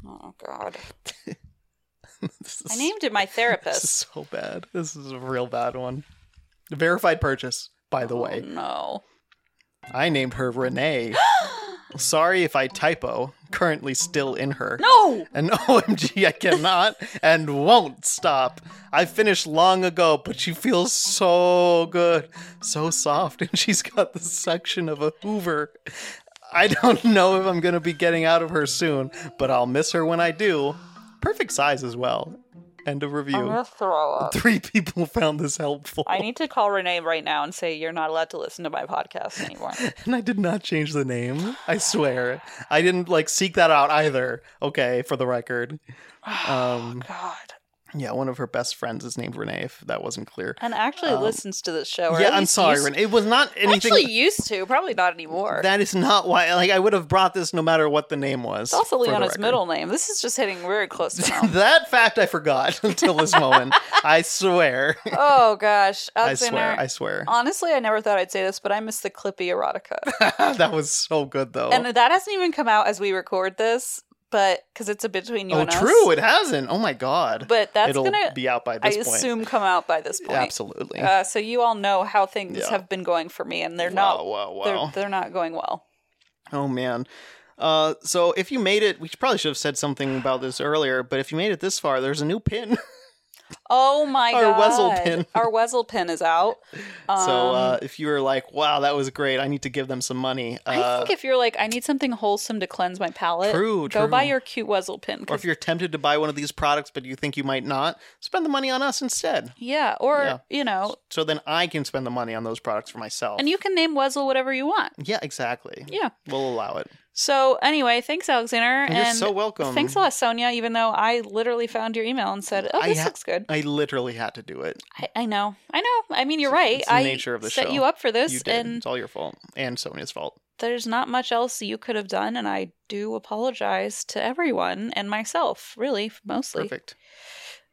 S1: Oh god.
S2: This
S1: I
S2: is-
S1: named it my
S2: This is
S1: therapist.
S2: so bad. This is a real bad one. Verified purchase, by the
S1: Oh,
S2: way.
S1: no.
S2: I named her Renee. Sorry if I typo, currently still in her.
S1: No!
S2: And OMG, I cannot and won't stop. I finished long ago, but she feels so good, so soft, and she's got the suction of a Hoover. I don't know if I'm going to be getting out of her soon, but I'll miss her when I do. Perfect size as well. End of review.
S1: I'm gonna throw up.
S2: Three people found this helpful.
S1: I need to call Renee right now and say you're not allowed to listen to my podcast anymore.
S2: And I did not change the name. I swear. I didn't like seek that out either. Okay, for the record. Um,
S1: God.
S2: yeah, one of her best friends is named Renee, if that wasn't clear.
S1: And actually listens to this show. or
S2: Um, yeah,
S1: at
S2: I'm
S1: least
S2: sorry,
S1: used-
S2: Renee. It was not anything.
S1: Actually used to, probably not anymore.
S2: that is not why. Like, I would have brought this no matter what the name was.
S1: it's also
S2: for the
S1: Leona's
S2: record.
S1: middle name. This is just hitting very close to home.
S2: That fact I forgot until this moment. I swear.
S1: oh gosh,
S2: I
S1: Alexander.
S2: swear. I swear.
S1: Honestly, I never thought I'd say this, but I miss the Clippy erotica,
S2: that was so good, though.
S1: Uh, and that hasn't even come out as we record this, but because it's a between you
S2: oh,
S1: and us.
S2: true. It hasn't. Oh, my God.
S1: But that's
S2: It'll
S1: gonna,
S2: be out by
S1: I
S2: this point.
S1: assume, come out by this point.
S2: Absolutely.
S1: Uh, so you all know how things
S2: Yeah.
S1: have been going for me, and they're
S2: wow,
S1: not.
S2: wow, wow.
S1: They're, they're not going well.
S2: Oh man. Uh, so if you made it, we probably should have said something about this earlier. But if you made it this far, there's a new pin.
S1: Oh my
S2: Our
S1: god!
S2: Wessel pin.
S1: Our Wessel pin is out. Um,
S2: so uh, if you were like, "Wow, that was great! I need to give them some money,"
S1: I
S2: uh,
S1: think if you're like, I need something wholesome to cleanse my palate,
S2: True,
S1: go buy
S2: true.
S1: your cute Wessel pin.
S2: or
S1: 'cause-
S2: if you're tempted to buy one of these products but you think you might not, spend the money on us instead.
S1: yeah, or
S2: Yeah.
S1: you know,
S2: So then I can spend the money on those products for myself.
S1: and you can name Wessel whatever you want.
S2: yeah, exactly.
S1: Yeah.
S2: We'll allow it.
S1: So anyway, thanks Alexander,
S2: You're
S1: and
S2: so welcome.
S1: thanks a lot Sonia. Even though I literally found your email and said, "Oh,
S2: I
S1: this
S2: ha-
S1: looks good."
S2: I literally had to do it.
S1: I, I know, I know. I mean, you're right.
S2: It's the
S1: I
S2: nature of the
S1: set
S2: show.
S1: you up for
S2: you
S1: this,
S2: did.
S1: and
S2: It's all your fault and Sonia's fault.
S1: there's not much else you could have done. And I do apologize to everyone and myself, really, mostly.
S2: Perfect.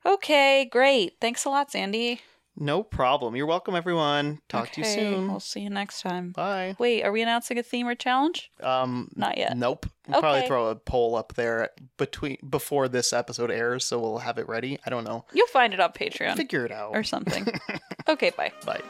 S1: Okay, great. Thanks a lot, Sandy.
S2: No problem. You're welcome, everyone. Talk to you
S1: Okay,
S2: soon.
S1: We'll see you next time.
S2: Bye.
S1: Wait, are we announcing a theme or challenge?
S2: Um,
S1: Not yet.
S2: Nope. We'll probably
S1: Okay.
S2: throw a poll up there between before this episode airs, so we'll have it ready. I don't know.
S1: You'll find it on Patreon
S2: Figure it out.
S1: or something. okay, bye.
S2: Bye.